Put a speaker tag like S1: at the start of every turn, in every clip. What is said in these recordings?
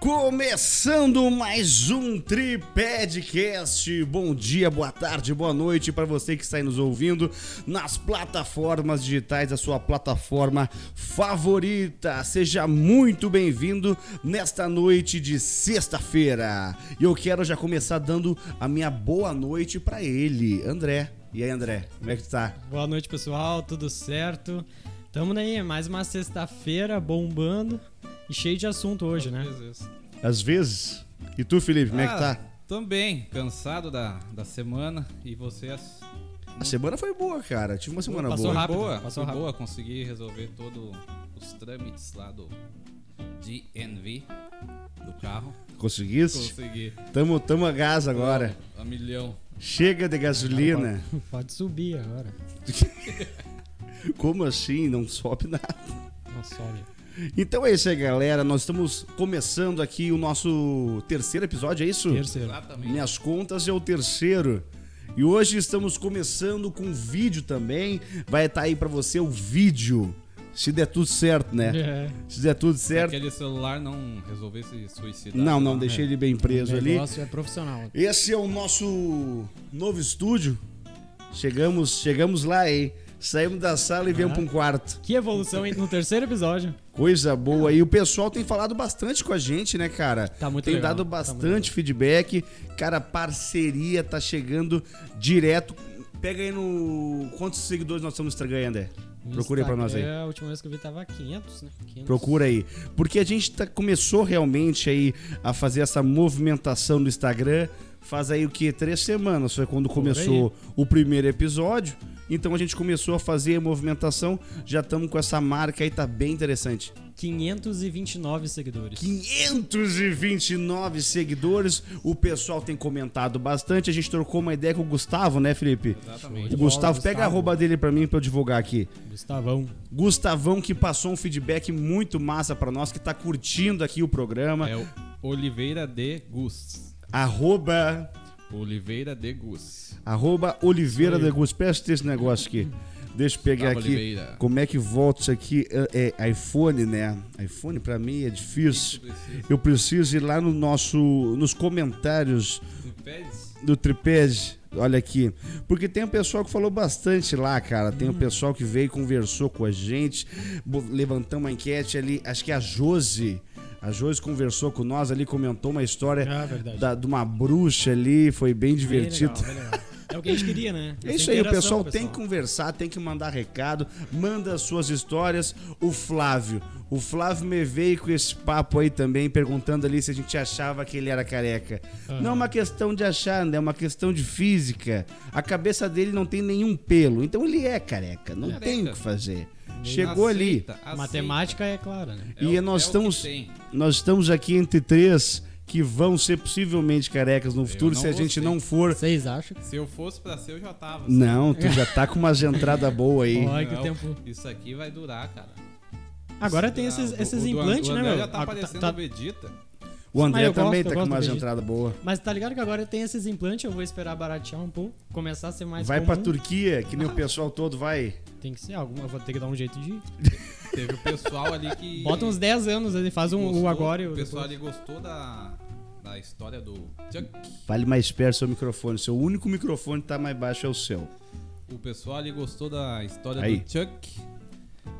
S1: Começando mais um Tripedcast. Bom dia, boa tarde, boa noite para você que está aí nos ouvindo nas plataformas digitais, a sua plataforma favorita. Seja muito bem-vindo nesta noite de sexta-feira. E eu quero já começar dando a minha boa noite para ele, André. E aí, André, como é que tu tá?
S2: Boa noite, pessoal. Tudo certo? Tamo aí, mais uma sexta-feira bombando e cheio de assunto hoje, né?
S1: Às vezes. E tu, Felipe, como é que tá?
S3: Também, Ah, cansado da, da semana e vocês.
S1: A semana foi boa, cara. Tive uma semana
S2: passou
S1: Tá boa.
S2: rápido,
S3: boa,
S2: passou
S3: foi
S2: rápido.
S3: boa, consegui resolver todos os trâmites lá do DNV do carro.
S1: Conseguiste?
S3: Consegui.
S1: Tamo, tamo a gás agora.
S3: A milhão.
S1: Chega de gasolina.
S2: Pode subir agora.
S1: Como assim? Não sobe nada.
S2: Não sobe.
S1: Então é isso aí, galera. Nós estamos começando aqui o nosso terceiro episódio, é isso?
S2: Terceiro.
S3: Exatamente.
S1: Minhas contas é o terceiro. E hoje estamos começando com vídeo também. Vai estar aí pra você o vídeo. Se der tudo certo, né?
S2: É.
S1: Se der tudo certo.
S3: Aquele celular não resolver se suicidar. né?
S1: Não, não, deixei ele bem preso
S2: O
S1: ali.
S2: né? negócio é profissional.
S1: Esse é o nosso novo estúdio. Chegamos, chegamos lá, hein? Saímos da sala e viemos
S2: Ah.
S1: para um quarto.
S2: Que evolução, hein? No terceiro episódio.
S1: Coisa boa. E o pessoal tem falado bastante com a gente, né, cara?
S2: Tá muito
S1: tem
S2: legal,
S1: dado
S2: tá
S1: bastante feedback. Cara, parceria tá chegando direto. Pega aí no. Quantos seguidores nós estamos ganhando, André?
S2: No
S1: Procura aí pra nós aí.
S2: Instagram, A última vez que eu vi tava 500, né? 500.
S1: Procura aí. Porque a gente tá- começou realmente aí a fazer essa movimentação no Instagram. Faz aí o que? Três semanas. Foi quando começou o primeiro episódio. Então a gente começou a fazer a movimentação. Já estamos com essa marca aí, tá bem interessante.
S2: 529 seguidores.
S1: 529 seguidores. O pessoal tem comentado bastante. A gente trocou uma ideia com o Gustavo, né, Felipe?
S3: Exatamente.
S1: O Gustavo, pega a
S2: Gustavo.
S1: arroba dele pra mim pra eu divulgar aqui.
S2: Gustavão.
S1: Gustavão que passou um feedback muito massa pra nós, que tá curtindo aqui o programa.
S3: É o Oliveira de Gus.
S1: Arroba,
S3: Oliveira de Gus.
S1: arroba Oliveira da Gus. Presta esse negócio aqui. Deixa eu pegar
S3: Gustavo
S1: aqui.
S3: Oliveira.
S1: Como é que volta isso aqui? É, é iPhone, né? iPhone pra mim é difícil. Eu preciso ir lá no nosso, nos comentários
S3: Pede.
S1: do Triped. Olha aqui. Porque tem um pessoal que falou bastante lá, cara. Tem um pessoal que veio e conversou com a gente. bo- Levantamos uma enquete ali. Acho que é a Josi. A Josi conversou com nós ali, comentou uma história
S2: Ah, verdade.
S1: da- de uma bruxa ali. Foi bem
S2: Bem
S1: divertido.
S2: legal, bem legal. É o que a gente queria, né?
S1: É isso
S2: Essa
S1: aí, o
S2: interação,
S1: pessoal tem que conversar, tem que mandar recado, manda as suas histórias. O Flávio. O Flávio me veio com esse papo aí também, perguntando ali se a gente achava que ele era careca. Não é uma questão de achar, né? É uma questão de física. A cabeça dele não tem nenhum pelo, então ele é careca. Não
S3: Careca.
S1: tem o que fazer. Chegou ali.
S2: Matemática é clara, né?
S3: É
S1: e
S3: o-
S1: nós
S3: é o que
S1: estamos.
S3: tem.
S1: Nós estamos aqui entre três que vão ser possivelmente carecas no futuro
S3: não
S1: se a
S3: vou
S1: gente
S3: ser.
S1: não for.
S2: Vocês acham?
S3: Se eu fosse pra ser, eu já tava.
S1: Não, tu já tá com umas entradas boas aí.
S2: Olha que
S3: Não,
S2: tempo.
S3: Isso aqui vai durar, cara.
S2: Agora tem
S3: Ah,
S2: esses,
S3: o-
S2: esses
S3: o do-
S2: implantes,
S3: o
S2: né,
S3: André
S2: meu?
S3: já tá
S2: Ah,
S3: parecendo
S2: tá-
S3: o Vegeta.
S1: O André
S2: Ah, eu
S1: também
S2: gosto,
S1: tá com
S2: eu gosto
S1: umas
S2: do Vegeta.
S1: entradas boas.
S2: Mas tá ligado que agora tem esses implantes, eu vou esperar baratear um pouco, começar a ser mais
S1: Vai
S2: comum.
S1: pra Turquia, que nem
S2: Ah.
S1: o pessoal todo vai.
S2: Tem que ser alguma, eu vou ter que dar um jeito de... ir.
S3: Teve o pessoal ali que.
S2: Bota uns 10 anos, ele faz um
S3: gostou,
S2: o agora e o
S3: O pessoal
S2: depois.
S3: ali gostou da, da história do Chuck.
S1: Fale mais perto do seu microfone. Seu único microfone que tá mais baixo é o seu.
S3: O pessoal ali gostou da história
S1: Aí.
S3: do Chuck.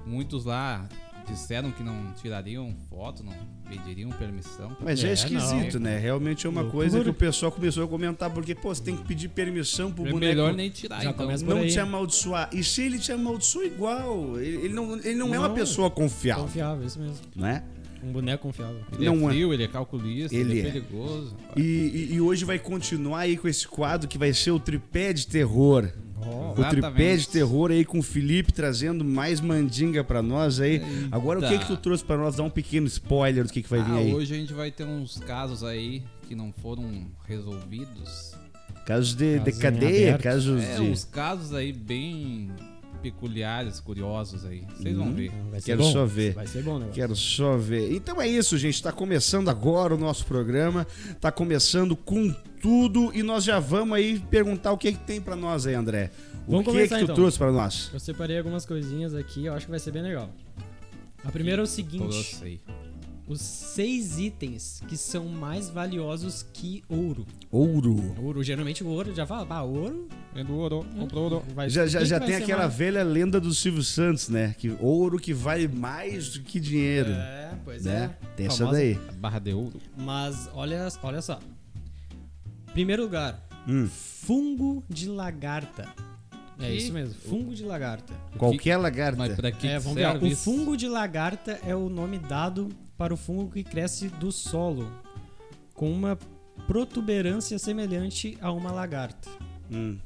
S3: Muitos lá disseram que não tirariam foto, não pediriam permissão.
S1: Mas é,
S2: É,
S1: esquisito, né? Realmente é uma
S2: Loucura.
S1: coisa que o pessoal começou a comentar, porque, pô, você tem que pedir permissão pro
S3: É
S1: boneco.
S3: melhor nem tirar,
S2: Já
S3: então.
S2: começa por
S1: Não
S2: aí.
S1: te amaldiçoar. E se ele te amaldiçoou igual, ele ele não, ele não, é uma
S2: Não.
S1: pessoa confiável,
S2: Confiável, isso mesmo.
S1: né?
S2: Um boneco confiável.
S3: Ele
S1: Não é.
S3: é frio, ele é calculista,
S1: Ele
S3: ele,
S1: é.
S3: é perigoso.
S1: E, e- e hoje vai continuar aí com esse quadro que vai ser o tripé de terror. O tripé de
S3: Oh, Exatamente.
S1: terror aí com o Felipe trazendo mais mandinga pra nós aí. Agora o que
S3: Eita.
S1: que tu trouxe pra nós? Dá um pequeno spoiler do que que vai vir
S3: Ah,
S1: aí.
S3: hoje a gente vai ter uns casos aí que não foram resolvidos.
S1: Casos de, de
S2: Casos em
S1: cadeia,
S2: aberto.
S1: casos
S3: É,
S1: de.
S3: uns casos aí bem peculiares, curiosos aí. Vocês
S1: Uhum.
S3: vão ver.
S2: Não, Vai ser
S1: Quero
S2: bom.
S1: só ver.
S2: Vai ser bom né, o negócio.
S1: Quero só ver. Então é isso, gente. Tá começando agora o nosso programa. Tá começando com tudo e nós já vamos aí perguntar o que, que tem pra nós aí, André. O
S2: Vamos
S1: que que
S2: começar,
S1: tu
S2: então.
S1: trouxe pra nós?
S2: Eu separei algumas coisinhas aqui, eu acho que vai ser bem legal. A primeira é o seguinte...
S3: Todos aí.
S2: os seis itens que são mais valiosos que ouro.
S1: Ouro.
S2: Ouro, geralmente o ouro já fala, bah, ouro
S3: É do ouro,
S1: Hum.
S3: comprou ouro.
S2: vai
S1: Já,
S2: o
S1: já,
S2: que
S1: já
S2: que
S1: tem
S2: vai ser
S1: aquela
S2: mais?
S1: velha lenda do Silvio Santos, né? Que ouro que vale mais do que dinheiro.
S2: É, pois
S1: né?
S2: é.
S1: Tem essa
S3: Famosa
S1: daí.
S3: Barra de ouro.
S2: Mas olha, olha só. Primeiro lugar,
S1: Hum.
S2: fungo de lagarta. É
S3: Que?
S2: isso mesmo, fungo de lagarta.
S1: Qualquer
S3: Mas
S1: lagarta.
S3: pra que
S2: é,
S3: que
S2: vamos ver. ó,
S3: serve
S2: O
S3: isso?
S2: fungo de lagarta é o nome dado para o fungo que cresce do solo, com uma protuberância semelhante a uma lagarta.
S1: Hum.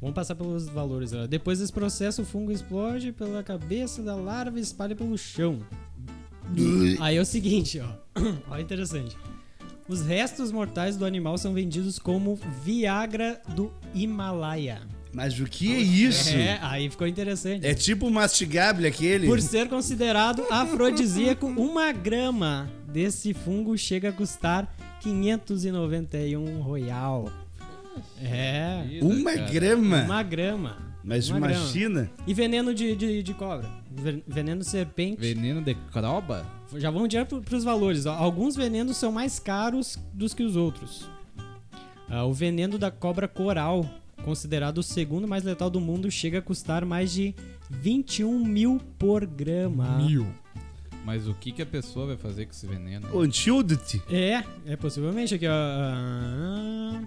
S2: Vamos passar pelos valores. ó. Depois desse processo, o fungo explode pela cabeça da larva e espalha pelo chão. Aí é o seguinte, ó. Olha interessante. Os restos mortais do animal são vendidos como Viagra do Himalaia.
S1: Mas o que é isso?
S2: É, aí ficou interessante.
S1: É tipo mastigável aquele?
S2: Por ser considerado afrodisíaco, uma grama desse fungo chega a custar 591 royal. um É,
S1: Uma grama?
S2: uma grama.
S1: Mas
S2: uma grama.
S1: imagina.
S2: E veneno de, de, de cobra. Ven- Veneno de serpente.
S3: Veneno de croba?
S2: Já vamos direto para os valores. ó. Alguns venenos são mais caros dos que os outros. Ah, o veneno da cobra coral, considerado o segundo mais letal do mundo, chega a custar mais de 21 mil por grama.
S3: Mas o que, que a pessoa vai fazer com esse veneno?
S1: Antídote.
S2: É, é possivelmente aqui, ó. Ah,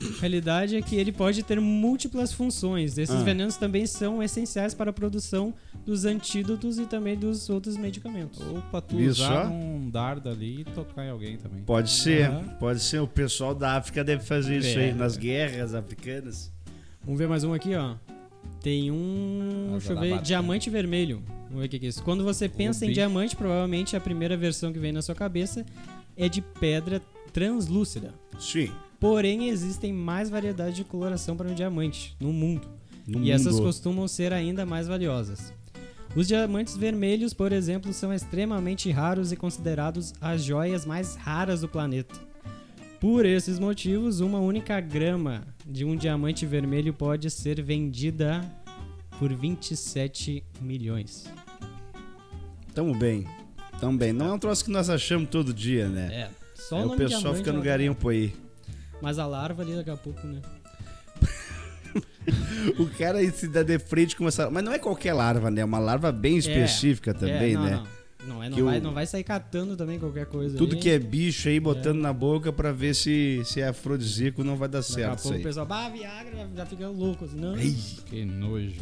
S2: A realidade é que ele pode ter múltiplas funções. Esses
S1: Ah.
S2: venenos também são essenciais para a produção dos antídotos e também dos outros medicamentos.
S3: Ou pra tu
S1: Viu
S3: usar
S1: só?
S3: um dardo ali e tocar em alguém também.
S1: Pode ser,
S2: Aham.
S1: pode ser. O pessoal da África deve fazer isso
S2: É.
S1: aí nas guerras africanas.
S2: Vamos ver mais um aqui, ó. Tem um.
S3: Mas
S2: deixa eu
S3: ela
S2: ver.
S3: bate, né?
S2: Diamante vermelho. Vamos ver o que que é isso. Quando você pensa em
S3: bicho.
S2: diamante, provavelmente a primeira versão que vem na sua cabeça é de pedra translúcida.
S1: Sim.
S2: Porém, existem mais variedades de coloração para um diamante no mundo.
S1: No
S2: e
S1: mundo.
S2: essas costumam ser ainda mais valiosas. Os diamantes vermelhos, por exemplo, são extremamente raros e considerados as joias mais raras do planeta. Por esses motivos, uma única grama de um diamante vermelho pode ser vendida por 27 milhões.
S1: Tamo bem. Tamo bem. Não é um troço que nós achamos todo dia, né?
S2: É, só
S1: Aí
S2: o
S1: o
S2: nome
S1: pessoal
S2: diamante
S1: fica
S2: é
S1: no
S2: uma-
S1: garimpo aí.
S2: Mas a larva ali daqui a pouco, né?
S1: O cara aí se dá de frente com essa. Mas não é qualquer larva, né? É uma larva bem específica também,
S2: É, não,
S1: né?
S2: Não, não, é,
S1: Que
S2: não, vai,
S1: o-
S2: não vai sair catando também qualquer coisa.
S1: Tudo
S2: ali.
S1: que é bicho aí botando na boca pra ver se, se é afrodisíaco não vai dar
S2: Daqui a
S1: certo isso
S2: pouco o
S1: aí. É
S2: pessoal, bah, Viagra, já- já fica louco. Assim, não,
S3: Que nojo.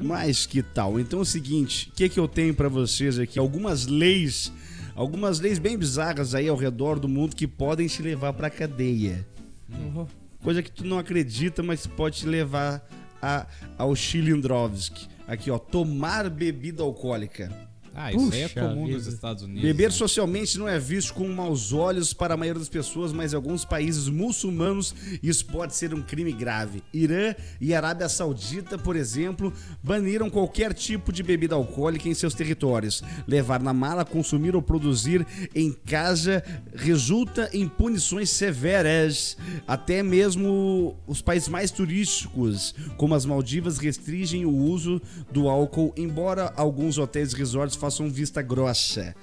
S1: Mas que tal? Então é o seguinte, o que, que eu tenho pra vocês aqui? Algumas leis, algumas leis bem bizarras aí ao redor do mundo que podem te levar pra cadeia.
S2: não,
S1: Coisa que tu não acredita, mas pode te levar a, ao Chilindrovski. Aqui, ó, tomar bebida alcoólica.
S3: Ah, isso aí é
S2: Puxa
S3: comum nos
S2: vida.
S3: Estados Unidos.
S1: Beber
S3: né?
S1: socialmente não é visto com maus olhos para a maioria das pessoas, mas em alguns países muçulmanos isso pode ser um crime grave. Irã e Arábia Saudita, por exemplo, baniram qualquer tipo de bebida alcoólica em seus territórios. Levar na mala, consumir ou produzir em casa resulta em punições severas. Até mesmo os países mais turísticos, como as Maldivas, restringem o uso do álcool, embora alguns hotéis e resorts façam vista grossa.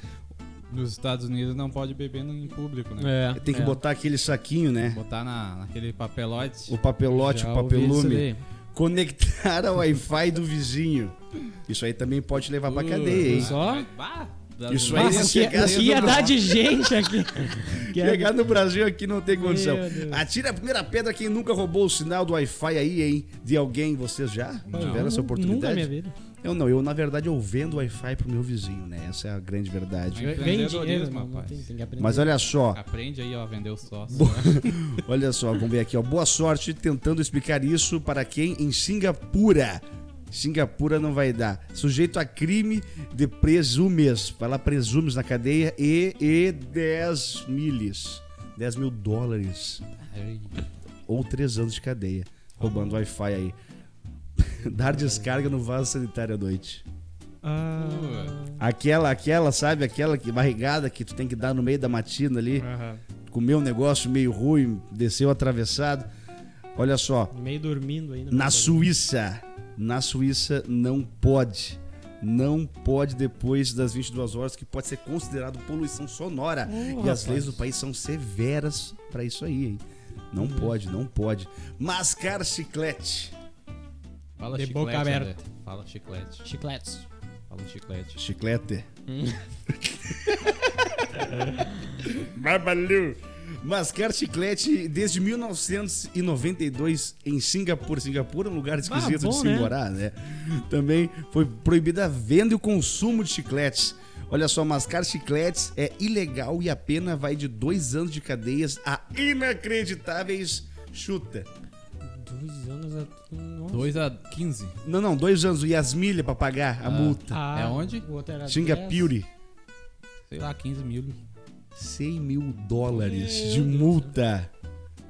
S3: Nos Estados Unidos não pode beber no- em público, né?
S2: É,
S1: Tem que
S2: é.
S1: botar aquele saquinho, né?
S3: Botar na, naquele papelote.
S1: O papelote,
S2: Já
S1: o
S2: ouvi isso
S1: papelume.
S2: daí.
S1: Conectar ao Wi-Fi do vizinho. Isso aí também pode levar é pra cadeia, hein?
S2: Só?
S3: Bah,
S1: Isso assim, aí é
S2: Nossa, o
S1: se
S2: que, o
S1: chegasse
S2: que ia
S1: no-
S2: dar de gente aqui? Que é-
S1: Chegar no Brasil aqui não tem condição.
S2: Meu Deus.
S1: Atira a primeira pedra quem nunca roubou o sinal do Wi-Fi aí, hein? De alguém, vocês já tiveram essa
S2: Nunca na
S1: oportunidade?
S2: minha vida.
S1: Eu não, eu na verdade eu vendo Wi-Fi pro meu vizinho, né? Essa é a grande verdade.
S3: Ganha
S2: Ganhei dinheiro,
S3: empreendedorismo,
S2: não, não
S3: rapaz.
S2: tem, tem que aprender.
S1: Mas olha só,
S3: Aprende aí, ó, a vender o sócio.
S1: olha só, vamos ver aqui, ó. Boa sorte tentando explicar isso para quem em Singapura. Singapura não vai dar. Sujeito a crime de presumes. Vai lá, presumes na cadeia e, e 10 milhas. 10 mil dólares.
S3: É
S1: Ou 3 anos de cadeia. Roubando Wi-Fi aí. Dar descarga no vaso sanitário à noite.
S2: Ah,
S1: Aquela, aquela, sabe? Aquela que barrigada que tu tem que dar no meio da matina ali. Comeu um negócio meio ruim, desceu atravessado. Olha só,
S2: é meio dormindo ainda.
S1: na Suíça, na Suíça não pode não pode depois das 22 horas, que pode ser considerado poluição sonora.
S2: Ô,
S1: e as
S2: rapaz.
S1: leis do país são severas pra isso aí, hein? Não
S2: Hum.
S1: pode, não pode. Mascar chiclete.
S3: Fala
S2: De
S3: chiclete.
S2: boca aberta.
S3: André. Fala chiclete.
S2: Chicletes.
S3: Fala chiclete.
S1: Chiclete.
S2: Hum.
S1: Babalu. Mascar chiclete desde 1992 em Singapura. Singapura é um lugar esquisito
S2: bom,
S1: de se
S2: né?
S1: morar, né? Também foi proibida a venda e o consumo de chicletes. Olha só, mascar chicletes é ilegal e a pena vai de dois anos de cadeias a inacreditáveis chuta.
S2: Dois anos. a- Nossa.
S3: 2 a 15.
S1: Não, não, dois anos e as milhas pra pagar a
S3: Ah.
S1: multa.
S2: Ah,
S3: É onde?
S2: o outro era dez.
S1: Singapura.
S3: Sei lá, 15 mil.
S1: 100 mil dólares
S2: Meu
S1: de
S2: Deus.
S1: multa.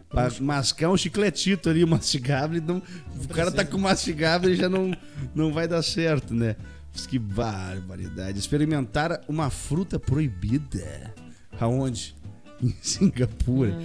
S1: Pra mascar um chicletito ali, mastigável. Não, o cara tá com mastigável e já não, não vai dar certo, né? Mas que barbaridade. Experimentar uma fruta proibida. Aonde? Em Singapura.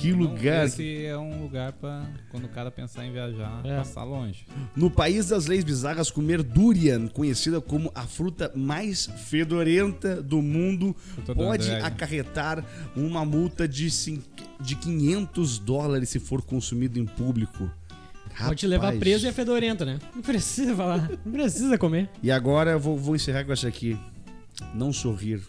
S1: Que lugar.
S3: Então, Esse é um lugar pra quando o cara pensar em viajar,
S2: É.
S3: passar longe.
S1: No país das leis bizarras, comer durian, conhecida como a fruta mais fedorenta do mundo,
S3: Fruta do
S1: pode
S3: Andrade.
S1: acarretar uma multa de, cin- de 500 dólares se for consumido em público.
S2: Pode te levar
S1: Rapaz.
S2: preso e é fedorento, né? Não precisa falar. Não precisa comer.
S1: E agora eu vou, vou encerrar com essa aqui. Não sorrir.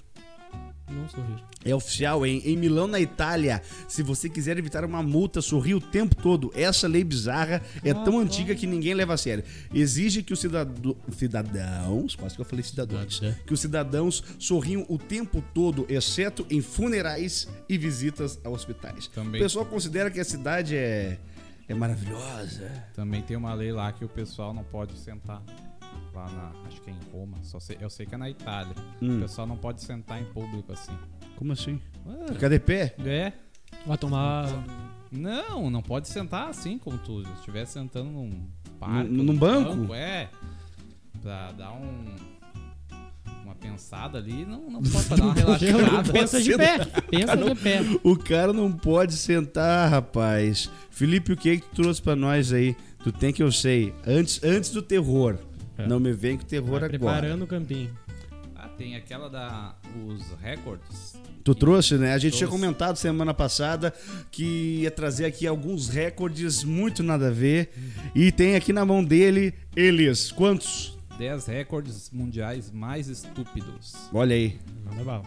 S2: Não sorrir.
S1: É oficial, hein? Em Milão, na Itália. Se você quiser evitar uma multa, sorri o tempo todo. Essa lei bizarra é tão antiga que ninguém leva a sério. Exige que os cidado- cidadãos. Quase que eu falei cidadãos.
S2: Cidadã.
S1: Que os cidadãos sorriam o tempo todo, exceto em funerais e visitas a hospitais.
S3: Também.
S1: O pessoal considera que a cidade é. É maravilhosa.
S3: Também tem uma lei lá que o pessoal não pode sentar. Lá na. Acho que é em Roma. Só sei- eu sei que é na Itália.
S1: Hum.
S3: O pessoal não pode sentar em público assim.
S1: Como assim?
S3: Ah,
S1: Ficar de pé?
S3: É?
S2: Vai tomar.
S3: Não, não pode sentar assim como tu estiver sentando num parque.
S1: Num- num banco?
S3: É. Pra dar um. Uma pensada ali, não, não pode pra dar uma relaxada.
S2: Pensa de pé. Pensa de pé.
S1: O cara não pode sentar, rapaz. Felipe, o que é que tu trouxe pra nós aí? Tu tem que eu sei. Antes, antes do terror.
S3: É.
S1: Não me vem com terror
S2: Vai
S1: agora.
S2: preparando o campinho.
S3: Ah, tem aquela da. Os recordes.
S1: Tu trouxe, né? A gente tinha
S3: Trouxe.
S1: comentado semana passada que ia trazer aqui alguns recordes muito nada a ver. E tem aqui na mão dele eles. Quantos?
S3: 10 recordes mundiais mais estúpidos.
S1: Olha aí.
S2: Manda bala.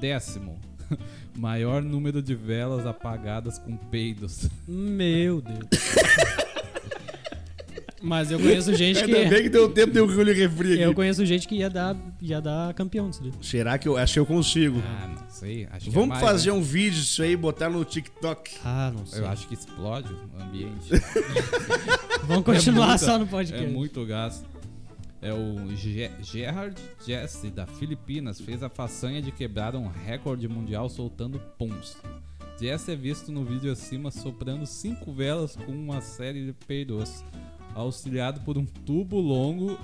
S3: Décimo. Maior número de velas apagadas com peidos.
S2: Meu Deus. Mas eu conheço gente
S1: Ainda
S2: que.
S1: bem que deu tempo de eu engolir refri aqui.
S2: Eu conheço gente que ia dar, ia dar campeão disso ali.
S1: Será que eu acho que eu consigo?
S3: Ah, não sei. Acho que é
S1: Uhum. Vamos
S3: mais,
S1: fazer
S3: né?
S1: um vídeo disso aí, botar no TikTok.
S2: Ah, não sei.
S3: Eu acho que explode o ambiente.
S2: Vamos continuar
S3: É muita-
S2: só no
S3: É
S2: podcast.
S3: muito gás. É o Ge- Gerard Jesse, da Filipinas, fez a façanha de quebrar um recorde mundial soltando puns. Jesse é visto no vídeo acima soprando cinco velas com uma série de peidos, auxiliado por um tubo longo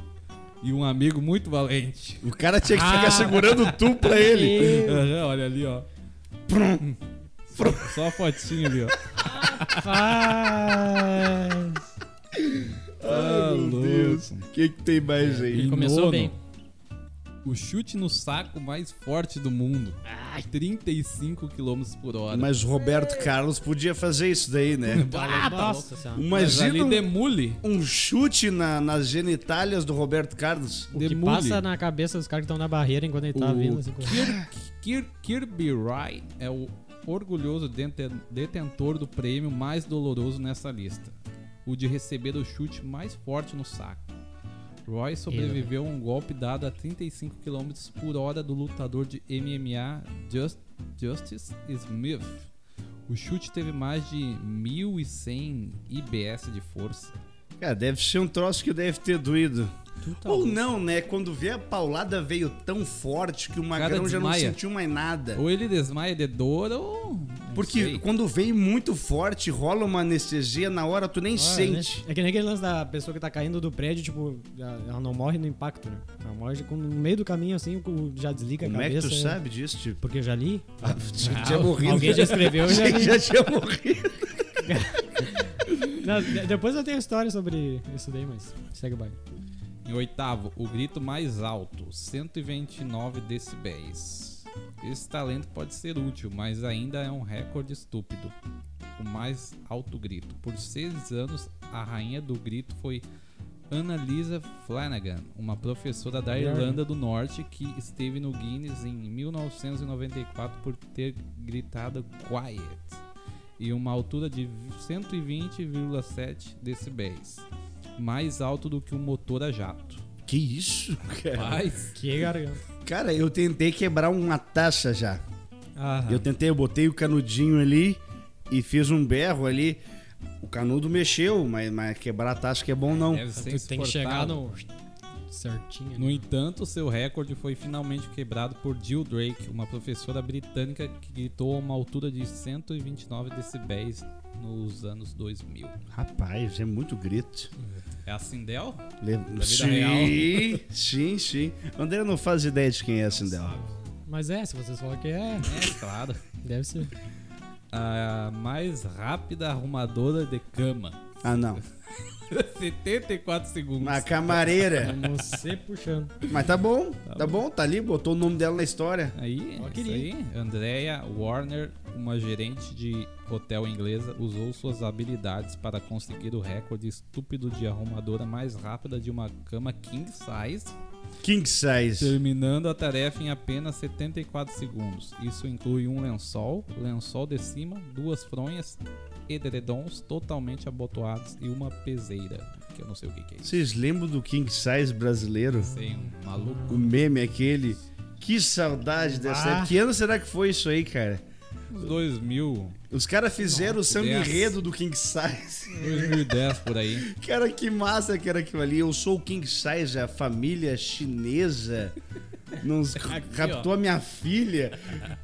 S3: e um amigo muito valente.
S1: O cara tinha que
S2: Ah.
S1: ficar segurando o tu pra ele.
S3: Aham, Olha ali, ó. Só, só a fotinha ali, ó.
S2: Rapaz.
S1: Ai, meu
S3: Tá louco.
S1: Deus. O que, que tem mais aí?
S3: Em
S2: começou bem.
S3: O chute no saco mais forte do mundo. 35 km por hora.
S1: Mas o Roberto Carlos podia fazer isso daí, né?
S2: Ah, Nossa senhora.
S3: Mas ali
S1: Imagina um,
S3: demule.
S1: um chute na- nas genitálias do Roberto Carlos.
S2: O que
S3: Demule.
S2: passa na cabeça dos caras que estão na barreira enquanto ele tá
S1: O-
S2: vindo. Assim, com-
S3: Kir- Kirby Wright é o orgulhoso dente- detentor do prêmio mais doloroso nessa lista. O de receber o chute mais forte no saco. Roy sobreviveu a um golpe dado a 35 km por hora do lutador de MMA Just- Justice Smith. O chute teve mais de 1.100 IBS de força.
S1: Cara, deve ser um troço que deve ter doído.
S2: Tu tá
S1: Ou
S2: louco.
S1: não, né? Quando vê a paulada veio tão forte que o magrão já não
S3: desmaia.
S1: sentiu mais nada.
S3: Ou ele desmaia de dor ou. não
S1: Porque
S3: sei.
S1: quando vem muito forte, rola uma anestesia, na hora tu nem
S2: Ah,
S1: sente.
S2: né? É que nem aquele lance da pessoa que tá caindo do prédio, tipo, ela ela não morre no impacto, né? Ela morre quando, no meio do caminho, assim, o cu já desliga a
S1: Como é
S2: cabeça.
S1: que tu
S2: né?
S1: sabe disso, tipo?
S2: Porque eu já li.
S1: Ah, tinha, tinha morrido.
S2: Alguém já escreveu, eu já
S1: Alguém
S2: li.
S1: já tinha morrido.
S2: Não, de- depois eu tenho história sobre isso daí, mas segue o baile.
S3: Em oitavo, o grito mais alto, 129 decibéis. Esse talento pode ser útil, mas ainda é um recorde estúpido. O mais alto grito. Por seis anos, a rainha do grito foi Annalisa Flanagan, uma professora da Irlanda do Norte que esteve no Guinness em 1994 por ter gritado Quiet e uma altura de 120,7 decibéis, mais alto do que um motor a jato.
S1: Que isso,
S2: É.
S1: cara?
S3: Mas
S2: Que garganta.
S1: Cara, eu tentei quebrar uma taça já.
S2: Ah,
S1: Eu tentei, eu botei o canudinho ali e fiz um berro ali. O canudo mexeu, mas, mas quebrar a taça que é bom não.
S3: deve ser
S2: tu Então, Tá tem que chegar
S3: insuportável.
S2: no certinho.
S3: No
S2: né?
S3: entanto, seu recorde foi finalmente quebrado por Jill Drake, uma professora britânica que gritou a uma altura de 129 decibéis nos anos 2000.
S1: Rapaz, é muito grito.
S3: É a Sindel?
S1: Le...
S3: vida
S1: Sim,
S3: real.
S1: sim, sim. André não faz ideia de quem é essa dela.
S2: Mas é, se vocês falam que é,
S3: É, claro.
S2: deve ser.
S3: A mais rápida arrumadora de cama.
S1: Ah, não.
S3: 74 segundos.
S1: Uma camareira.
S2: Você puxando.
S1: Mas tá bom, tá bom, tá ali, botou o nome dela na história.
S3: Aí,
S2: Ó,
S3: isso aí.
S2: queria.
S3: Andrea Warner, uma gerente de hotel inglesa, usou suas habilidades para conseguir o recorde estúpido de arrumadora mais rápida de uma cama king size,
S1: King size.
S3: terminando a tarefa em apenas 74 segundos. Isso inclui um lençol, lençol de cima, duas fronhas, edredons totalmente abotoados e uma peseira, que eu não sei o que, que é isso.
S1: Vocês lembram do King size brasileiro?
S3: Sei, um maluco.
S1: O meme aquele. Que saudade dessa
S2: Ah.
S1: época. Que ano será que foi isso aí, cara?
S3: Uns 2000,
S1: Os caras fizeram o samba
S3: dez.
S1: enredo do King Size.
S3: 2010 por aí.
S1: Cara, que massa que era aquilo ali. Eu sou o King Size, a família chinesa. Nos
S3: Aqui,
S1: captou a minha filha.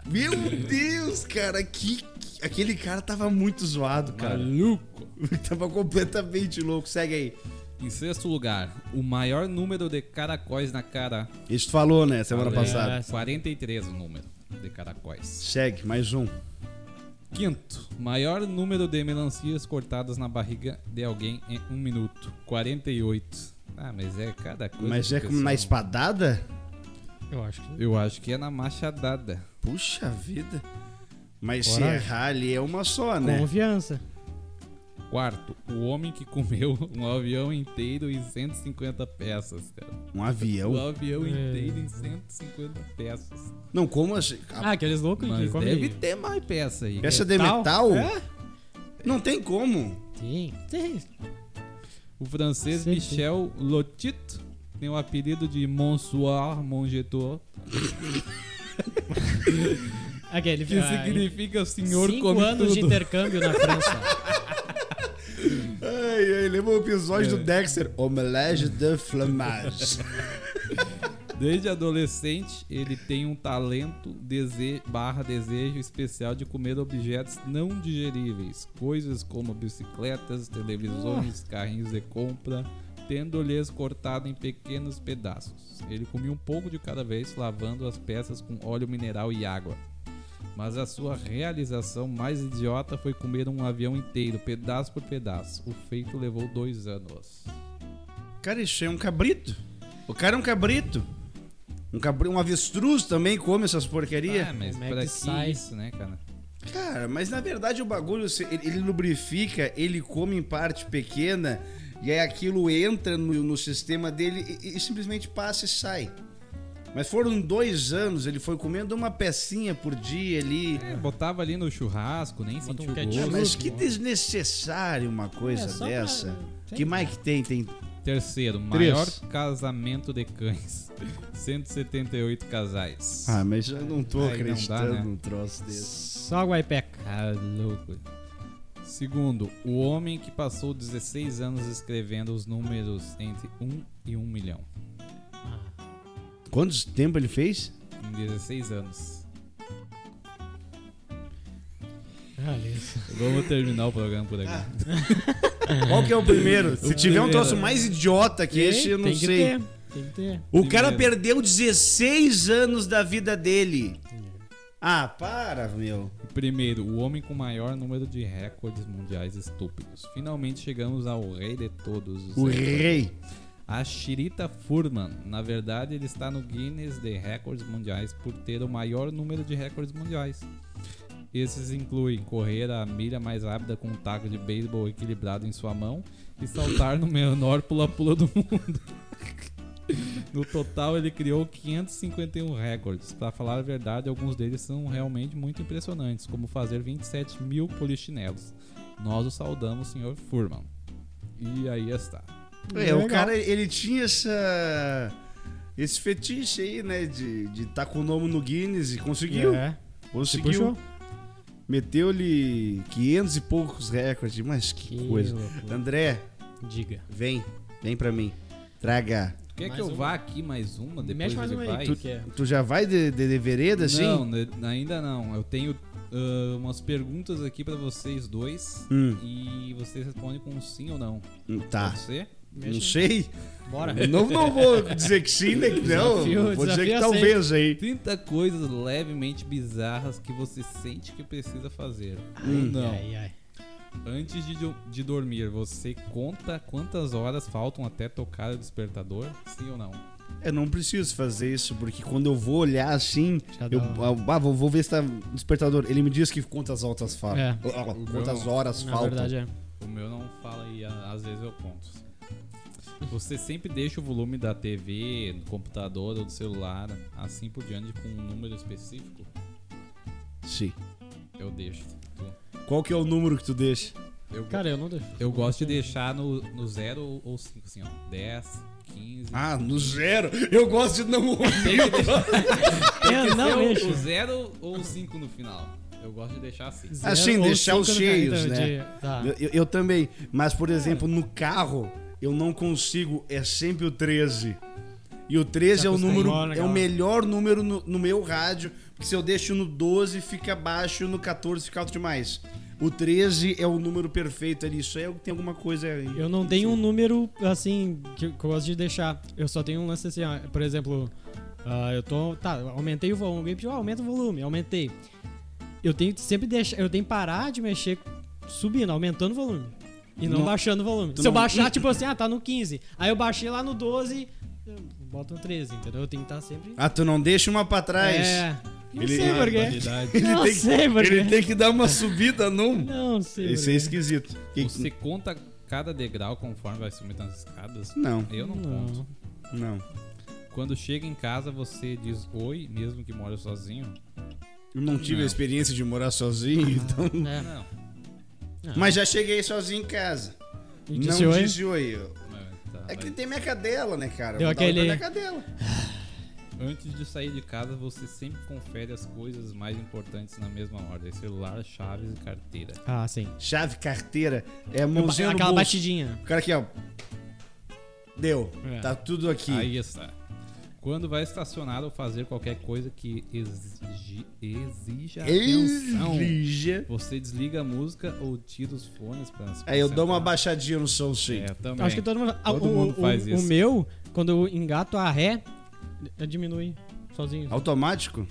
S1: Meu Deus, cara, que. que- Aquele cara tava muito zoado, cara.
S3: Maluco.
S1: tava completamente louco. Segue aí.
S3: Em sexto lugar, o maior número de caracóis na cara.
S1: Isso tu falou, né, semana
S3: Falei.
S1: passada.
S2: É.
S3: 43 o número de caracóis.
S1: Segue, mais um.
S3: Quinto, maior número de melancias cortadas na barriga de alguém em um minuto. 48. Ah, mas é cada coisa.
S1: Mas é
S3: que
S1: como na
S3: são.
S1: espadada?
S2: Eu acho que.
S3: Eu acho que é na machadada.
S1: Puxa vida. Mas
S2: Coragem.
S1: se errar ali é uma só, né?
S2: Confiança.
S3: Quarto, o homem que comeu um avião inteiro em 150 peças, cara.
S1: Um
S3: O
S1: avião.
S3: avião
S2: É.
S3: inteiro em 150 peças.
S1: Não, como assim? A
S2: Ah, aqueles loucos que
S3: Mas
S2: comem.
S3: deve ter mais peça aí.
S1: peça de metal?
S2: metal?
S1: Não tem como.
S2: Tem, tem.
S3: O francês
S2: Sim, sim.
S3: Michel Lotit tem o apelido de Monsieur Mongetor,
S2: Aquele
S3: que
S2: ah,
S3: significa o senhor
S2: cinco
S3: come
S2: anos de
S3: tudo.
S2: intercâmbio na França.
S1: Ai, ai, lembra o episódio
S3: É.
S1: do Dexter? Omelage de Flamage.
S3: Desde adolescente, ele tem um talento dese- barra desejo especial de comer objetos não digeríveis, coisas como bicicletas, televisões, carrinhos de compra, tendo-lhes cortado em pequenos pedaços. Ele comia um pouco de cada vez, lavando as peças com óleo mineral e água. Mas a sua realização mais idiota foi comer um avião inteiro, pedaço por pedaço. O feito levou dois anos.
S1: cara, isso é um cabrito. O cara é um cabrito. Um, cabri... um avestruz também come essas porcaria.
S3: Ah, mas
S2: Como é
S3: pra
S2: que
S3: que
S2: sai?
S3: isso, né, cara?
S1: Cara, mas na verdade o bagulho, se- ele, ele lubrifica, ele come em parte pequena, e aí aquilo entra no, no sistema dele e, e simplesmente passa e sai. Mas foram dois anos, ele foi comendo uma pecinha por dia ali.
S3: É, botava ali no churrasco, nem
S2: Bota
S3: sentiu
S2: um
S3: o
S2: ketchup.
S1: Ah,
S3: gosto.
S1: mas que desnecessário uma coisa
S2: É, só pra-
S1: dessa.
S2: sei
S1: Que
S2: lá.
S1: mais que tem? Tem
S3: Terceiro, maior casamento de cães. 178 casais.
S1: Ah, mas eu não tô
S3: Aí não dá,
S1: acreditando
S3: né?
S1: num troço desse.
S2: Só Guaipeca.
S3: Ah, louco. Segundo, o homem que passou 16 anos escrevendo os números entre 1 e 1 milhão.
S1: Quantos tempo ele fez?
S3: Em 16 anos.
S2: Beleza.
S3: Vamos terminar o programa por aqui.
S1: Qual que é o primeiro? Se tiver um
S3: primeiro,
S1: troço
S3: né?
S1: mais idiota que este, eu não
S2: tem que
S1: sei.
S2: Ter, tem que ter.
S1: O
S3: Primeiro.
S1: cara perdeu 16 anos da vida dele. Ah, para, meu.
S3: Primeiro, o homem com maior número de recordes mundiais estúpidos. Finalmente chegamos ao rei de todos. os
S1: O
S3: recordes.
S1: rei.
S3: A Shirita Furman, na verdade, ele está no Guinness de Recordes Mundiais por ter o maior número de recordes mundiais. Esses incluem correr a milha mais rápida com um taco de beisebol equilibrado em sua mão e saltar no menor pula-pula do mundo. No total, ele criou 551 recordes. Para falar a verdade, alguns deles são realmente muito impressionantes, como fazer 27 mil polichinelos. Nós o saudamos, senhor Furman. E aí está.
S1: É, o cara, ele tinha essa. Esse fetiche aí, né? De estar de tá com o nome no Guinness e conseguiu.
S2: É. Se
S1: Conseguiu.
S2: puxou.
S1: Meteu-lhe 500 e poucos recordes. Mas que,
S2: Que
S1: coisa.
S2: loucura.
S1: André,
S2: Diga.
S1: vem. Vem pra mim. Traga.
S3: Quer
S2: Mais
S3: que eu
S2: uma.
S3: vá aqui mais uma depois
S2: Mexe mais
S3: ele
S2: uma
S3: vai?
S2: aí. Tu... Que é.
S1: Tu já vai de, de, de vereda assim?
S3: Não, ne- ainda não. Eu tenho ah, umas perguntas aqui pra vocês dois
S1: Hum,
S3: e vocês respondem com um sim ou não.
S1: hum, tá.
S3: Pode ser?
S1: Não sei.
S2: Bora.
S1: Não, não vou dizer que sim, né? que Não.
S2: Desafio-
S1: vou dizer
S2: desafio
S1: que talvez aí.
S3: 30 coisas levemente bizarras que você sente que precisa fazer. Ou não.
S2: Ai, ai.
S3: Antes de, do- de dormir, você conta quantas horas faltam até tocar o despertador? Sim ou não?
S1: Eu não preciso fazer isso, porque quando eu vou olhar assim,
S2: Já dá um-
S1: eu
S2: uma-
S1: ah, vou, vou ver se tá despertador. Ele me diz que quantas horas faltam.
S2: É.
S1: Ah, Quantas horas
S2: Na
S1: faltam.
S2: verdade é.
S3: O meu não fala e a- às vezes eu conto. Você sempre deixa o volume da TV, do computador ou do celular assim por diante com um número específico?
S2: é.
S1: Sim.
S3: Eu deixo.
S1: Qual que é o número que tu deixa?
S3: Eu,
S2: Cara, eu não deixo.
S3: eu gosto de deixar no, no 0 ou 5, assim, ó. 10, 15.
S1: Ah, no zero. Eu gosto de não ouvir.
S2: Eu É, não
S1: um
S3: Tem que ser
S2: deixo.
S3: o 0 ou o 5 no final. Eu gosto de deixar assim.
S2: Zero
S1: Assim,
S2: ou
S1: deixar os
S2: cinco no
S1: cheios,
S2: cartão
S1: né?
S2: de- Tá.
S1: Eu, eu- eu também. Mas,
S2: É.
S1: por exemplo, no carro, eu não consigo. É sempre o 13. E o 13 é o número.
S2: acostumou, né,
S1: É o
S2: galera?
S1: melhor número no, no meu rádio. Porque se eu deixo no 12, fica baixo, no 14 fica alto demais. O 13 é o número perfeito ali. Isso aí é o que tem alguma coisa aí.
S2: Eu não tenho um número, assim, que eu que eu gosto de deixar. Eu só tenho um lance assim, ó. Por exemplo, ah, eu tô. Tá, eu aumentei o volume. Alguém pediu, ah, aumenta o volume, aumentei. Eu tenho que sempre deixar. Eu tenho que parar de mexer subindo, aumentando o volume. E não,
S1: Não-
S2: baixando o volume.
S1: tu
S2: Se eu
S1: não-
S2: baixar, tipo assim, ah, tá no 15. Aí eu baixei lá no 12, eu boto no 13, entendeu? Eu tenho que estar sempre.
S1: Ah, tu não deixa uma pra trás.
S2: É. Não
S1: Ele-
S2: sei por quê.
S3: Qualidade.
S2: Não
S1: tem,
S2: sei por
S1: que, ele
S2: quê.
S1: tem que dar uma subida, não.
S2: Não sei.
S1: Isso
S2: por
S1: é
S2: quê.
S1: esquisito. Que-
S3: Você conta cada degrau conforme vai subindo as escadas?
S1: Não,
S3: Eu não,
S2: Não.
S3: conto.
S1: não.
S3: Quando chega em casa, você diz oi, mesmo que mora sozinho?
S1: Eu não tive
S3: Não.
S1: a experiência de morar sozinho, então.
S2: É.
S3: Não.
S1: Mas já cheguei sozinho em casa.
S2: E disse
S1: não
S2: oi?
S1: disse oi.
S3: É, tá,
S1: É que
S3: mas
S1: tem minha cadela, né, cara?
S2: Deu
S1: Vou dar oi pra
S2: aquele-
S1: Minha cadela.
S3: Antes de sair de casa, você sempre confere as coisas mais importantes na mesma ordem: celular, chaves e carteira.
S2: Ah, sim.
S1: Chave, carteira, é
S2: Eu ba-
S1: mãozinha no
S2: Aquela
S1: bolso.
S2: batidinha.
S1: O cara aqui, ó. Deu.
S2: É.
S1: Tá tudo aqui.
S3: Aí está. Quando vai estacionar ou fazer qualquer coisa que exigi- exija atenção,
S1: Exija.
S3: você desliga a música ou tira os fones para
S1: Aí eu
S2: tá
S1: dou uma baixadinha no som, sim.
S3: É, também.
S2: Acho que todo mundo, ah,
S3: Todo
S2: o,
S3: mundo
S2: o-
S3: faz
S2: o
S3: isso.
S2: meu, quando eu engato a ré, eh, diminui sozinho.
S1: Automático?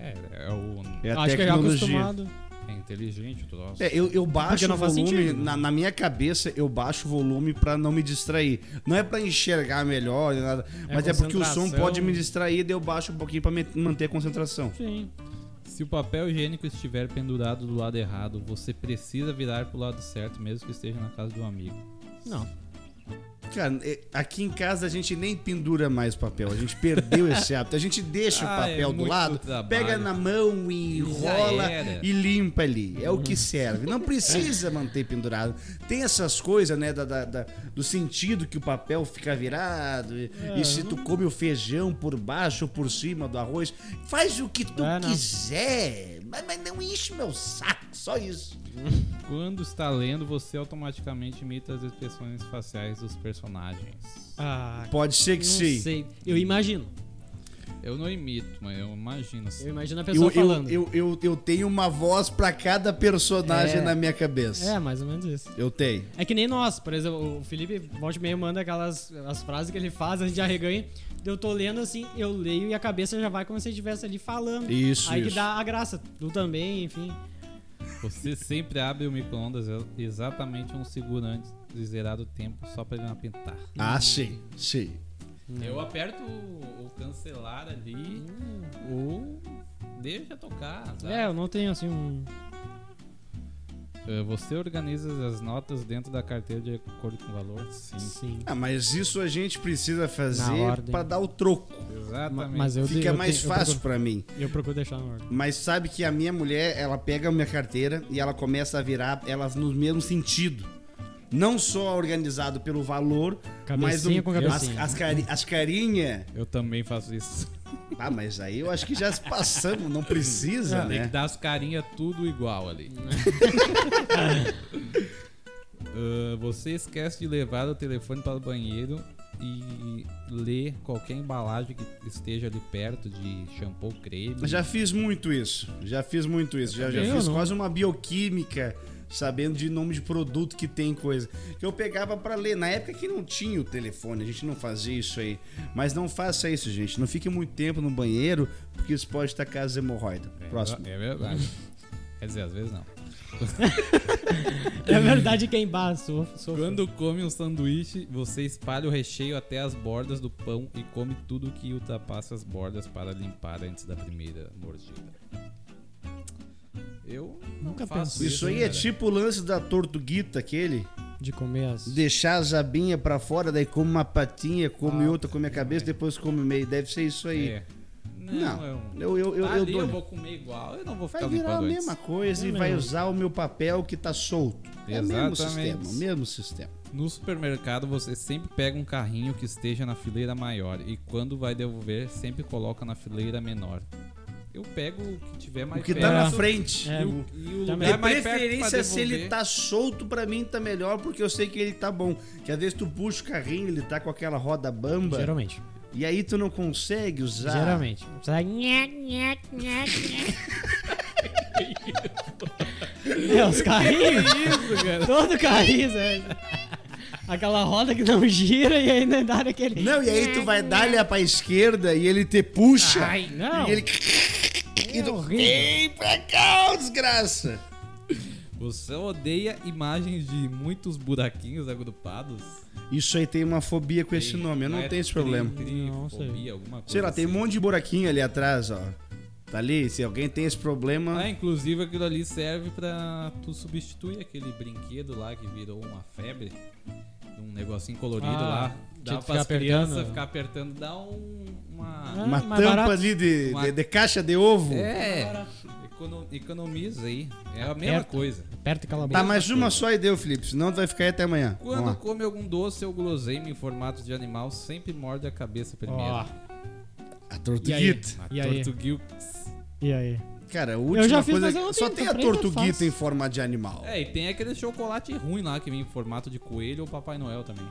S3: É, é o.
S1: É a
S2: Acho que é
S1: tecnologia.
S2: acostumado.
S3: É inteligente o troço.
S1: É, eu, eu baixo
S2: Porque não
S1: o
S2: faz
S1: volume,
S2: sentido, né?
S1: na, na minha cabeça, eu baixo o volume pra não me distrair. Não é pra enxergar melhor, nem nada,
S2: É
S1: mas é porque o som
S2: concentração.
S1: pode me distrair, daí eu baixo um pouquinho pra me- manter a concentração.
S2: Sim.
S3: Se o papel higiênico estiver pendurado do lado errado, você precisa virar pro lado certo, mesmo que esteja na casa de um amigo.
S2: Não.
S1: Cara, é- aqui em casa a gente nem pendura mais papel, a gente perdeu esse hábito. A gente deixa
S3: Ah,
S1: o papel
S3: é
S1: do
S3: muito
S1: lado,
S3: trabalho.
S1: pega na mão e
S3: E já
S1: rola
S3: era. Hum.
S1: e limpa ali. É o que serve. Não precisa manter pendurado. Tem essas coisas, né, da, da- da- do sentido que o papel fica virado. E, e se tu come o feijão por baixo ou por cima do arroz, faz o que tu
S2: É, não.
S1: quiser. Mas, mas não enche meu saco, só isso.
S3: Quando está lendo, você automaticamente imita as expressões faciais dos personagens.
S2: Ah,
S1: Pode ser que
S2: não
S1: sim.
S2: sei. Eu imagino.
S3: Eu não imito, mas eu imagino assim.
S2: Eu imagino a pessoa
S1: Eu, eu,
S2: falando.
S1: eu, eu, eu tenho uma voz pra cada personagem
S2: É.
S1: na minha cabeça.
S2: É, mais ou menos isso.
S1: Eu tenho.
S2: É que nem nós, por exemplo, o Felipe volte e meio manda aquelas as frases que ele faz, a gente já reganha. Eu tô lendo assim, eu leio e a cabeça já vai como se ele estivesse ali falando.
S1: Isso,
S2: Aí que
S1: isso.
S2: dá a graça. Tu também, enfim.
S3: Você sempre abre o micro-ondas é exatamente um segundo antes de zerar o tempo só pra ele não apitar.
S1: Ah, sei, sei.
S2: Hum.
S3: Eu aperto o, o cancelar ali ou deixa tocar. sabe?
S2: É, eu não tenho assim um.
S3: Eh, Você organiza as notas dentro da carteira de acordo com o valor? Sim.
S2: Sim.
S1: Ah, mas isso a gente precisa
S2: Na
S1: fazer
S2: ordem.
S1: pra dar o troco.
S3: Exatamente.
S2: Mas eu de-
S1: Fica
S2: eu
S1: mais
S2: te-
S1: fácil
S2: Eu
S1: pra mim.
S2: procuro, eu procuro deixar na ordem.
S1: Mas sabe que a minha mulher, ela pega a minha carteira e ela começa a virar elas no mesmo sentido. Não só organizado pelo valor, mas
S2: Cabecinha com cabecinha.
S1: as, as, cari as carinha.
S3: Eu também faço isso.
S1: Ah, mas aí eu acho que já passamos, não precisa,
S3: É, Tem que
S1: né?
S3: dar as carinhas tudo igual ali. Ah, você esquece de levar o telefone para o banheiro e ler qualquer embalagem que esteja ali perto de shampoo, creme.
S1: Já fiz muito isso. Já fiz muito isso. Já, já
S2: também,
S1: fiz
S2: eu não.
S1: quase uma bioquímica sabendo de nome de produto que tem coisa. Que eu pegava pra ler. Na época que não tinha o telefone, a gente não fazia isso aí. Mas não faça isso, gente. Não fique muito tempo no banheiro, porque isso pode tacar as hemorroidas.
S3: É,
S1: Próximo.
S3: É verdade. Quer dizer, às vezes não.
S2: É verdade quem bate, sou, sou
S3: Quando come um sanduíche, você espalha o recheio até as bordas do pão e come tudo que ultrapassa as bordas para limpar antes da primeira mordida. Eu não
S2: Nunca
S3: faço né,
S2: pensei.
S1: Isso aí é
S3: cara.
S1: tipo o lance da tortuguita, aquele.
S2: de comer as.
S1: Deixar a zabinha pra fora, daí come uma patinha, come outra, come a cabeça, depois come o meio. Deve ser isso aí.
S3: Ah, É. Não,
S1: Não,
S3: eu,
S1: eu, eu, eu,
S3: Tá
S1: eu
S3: ali,
S1: dou-
S3: eu vou comer igual, eu não vou ficar
S1: Vai virar a
S3: limpando antes.
S1: mesma coisa e
S2: É
S1: vai
S2: mesmo.
S1: usar o meu papel que tá solto. É o mesmo
S3: Exatamente.
S1: sistema, o mesmo sistema.
S3: No supermercado, você sempre pega um carrinho que esteja na fileira maior e quando vai devolver, sempre coloca na fileira menor. Eu pego o que tiver mais
S1: o que
S3: perto.
S1: tá na frente.
S2: É,
S3: E o, e o
S2: também.
S1: De
S3: lugar mais perto pra
S1: preferência, se ele
S3: devolver.
S1: tá solto, pra mim tá melhor, porque eu sei que ele tá bom. Que às vezes tu puxa o carrinho, ele tá com aquela roda bamba,
S2: Geralmente.
S1: e aí tu não consegue usar.
S2: Geralmente. Sai. Nhé, nhé, nhé, nhé. É, os carrinhos.
S3: Isso,
S1: tá-
S3: cara.
S2: Todo carrinho, Zé. Aquela roda que não gira e ainda dá aquele.
S1: Não, e aí tu vai dar ele pra esquerda e ele te puxa.
S2: Ai, não. É
S1: E ele. e tu... Vem pra cá, ô desgraça!
S3: Você odeia imagens de muitos buraquinhos agrupados?
S1: Isso aí tem uma fobia com esse nome, eu não,
S3: é
S1: tenho esse problema.
S3: tri- tri-
S2: Não sei.
S3: fobia, alguma coisa
S1: Sei lá, tem um
S3: assim.
S1: monte de buraquinho ali atrás, ó. Tá ali, se alguém tem esse problema.
S3: Ah, inclusive aquilo ali serve pra tu substituir aquele brinquedo lá que virou uma febre. Um negocinho colorido
S2: Ah,
S3: lá.
S2: tinha
S3: Dá
S2: que
S3: pra
S2: ficar
S3: crianças
S2: apertando. né?
S3: ficar apertando, dá um, uma.
S2: Ah.
S1: uma
S2: mais
S1: tampa
S2: barato.
S1: ali de,
S3: Uma-
S1: de- de caixa de ovo.
S3: É! econo- economiza aí. É a mesma
S2: Aperta.
S3: coisa.
S2: Aperta aquela
S1: Tá,
S2: boca.
S1: mais uma só e deu, Felipe. Senão tu vai ficar aí até amanhã. Vamos
S3: Quando
S1: lá.
S3: come algum doce ou guloseima em formato de animal, sempre morde a cabeça primeiro.
S2: Ó,
S1: A
S2: e aí?
S1: tortuguita.
S3: A
S2: E aí?
S3: tortuguil-
S2: E aí?
S1: Cara, a última
S2: já fiz,
S1: coisa.
S2: mas eu não
S1: só
S2: tenho,
S1: tem a
S2: comprei, tá
S1: tortuguita
S2: fácil.
S1: em forma de animal.
S3: É, e tem aquele chocolate ruim lá que vem em formato de coelho ou Papai Noel também.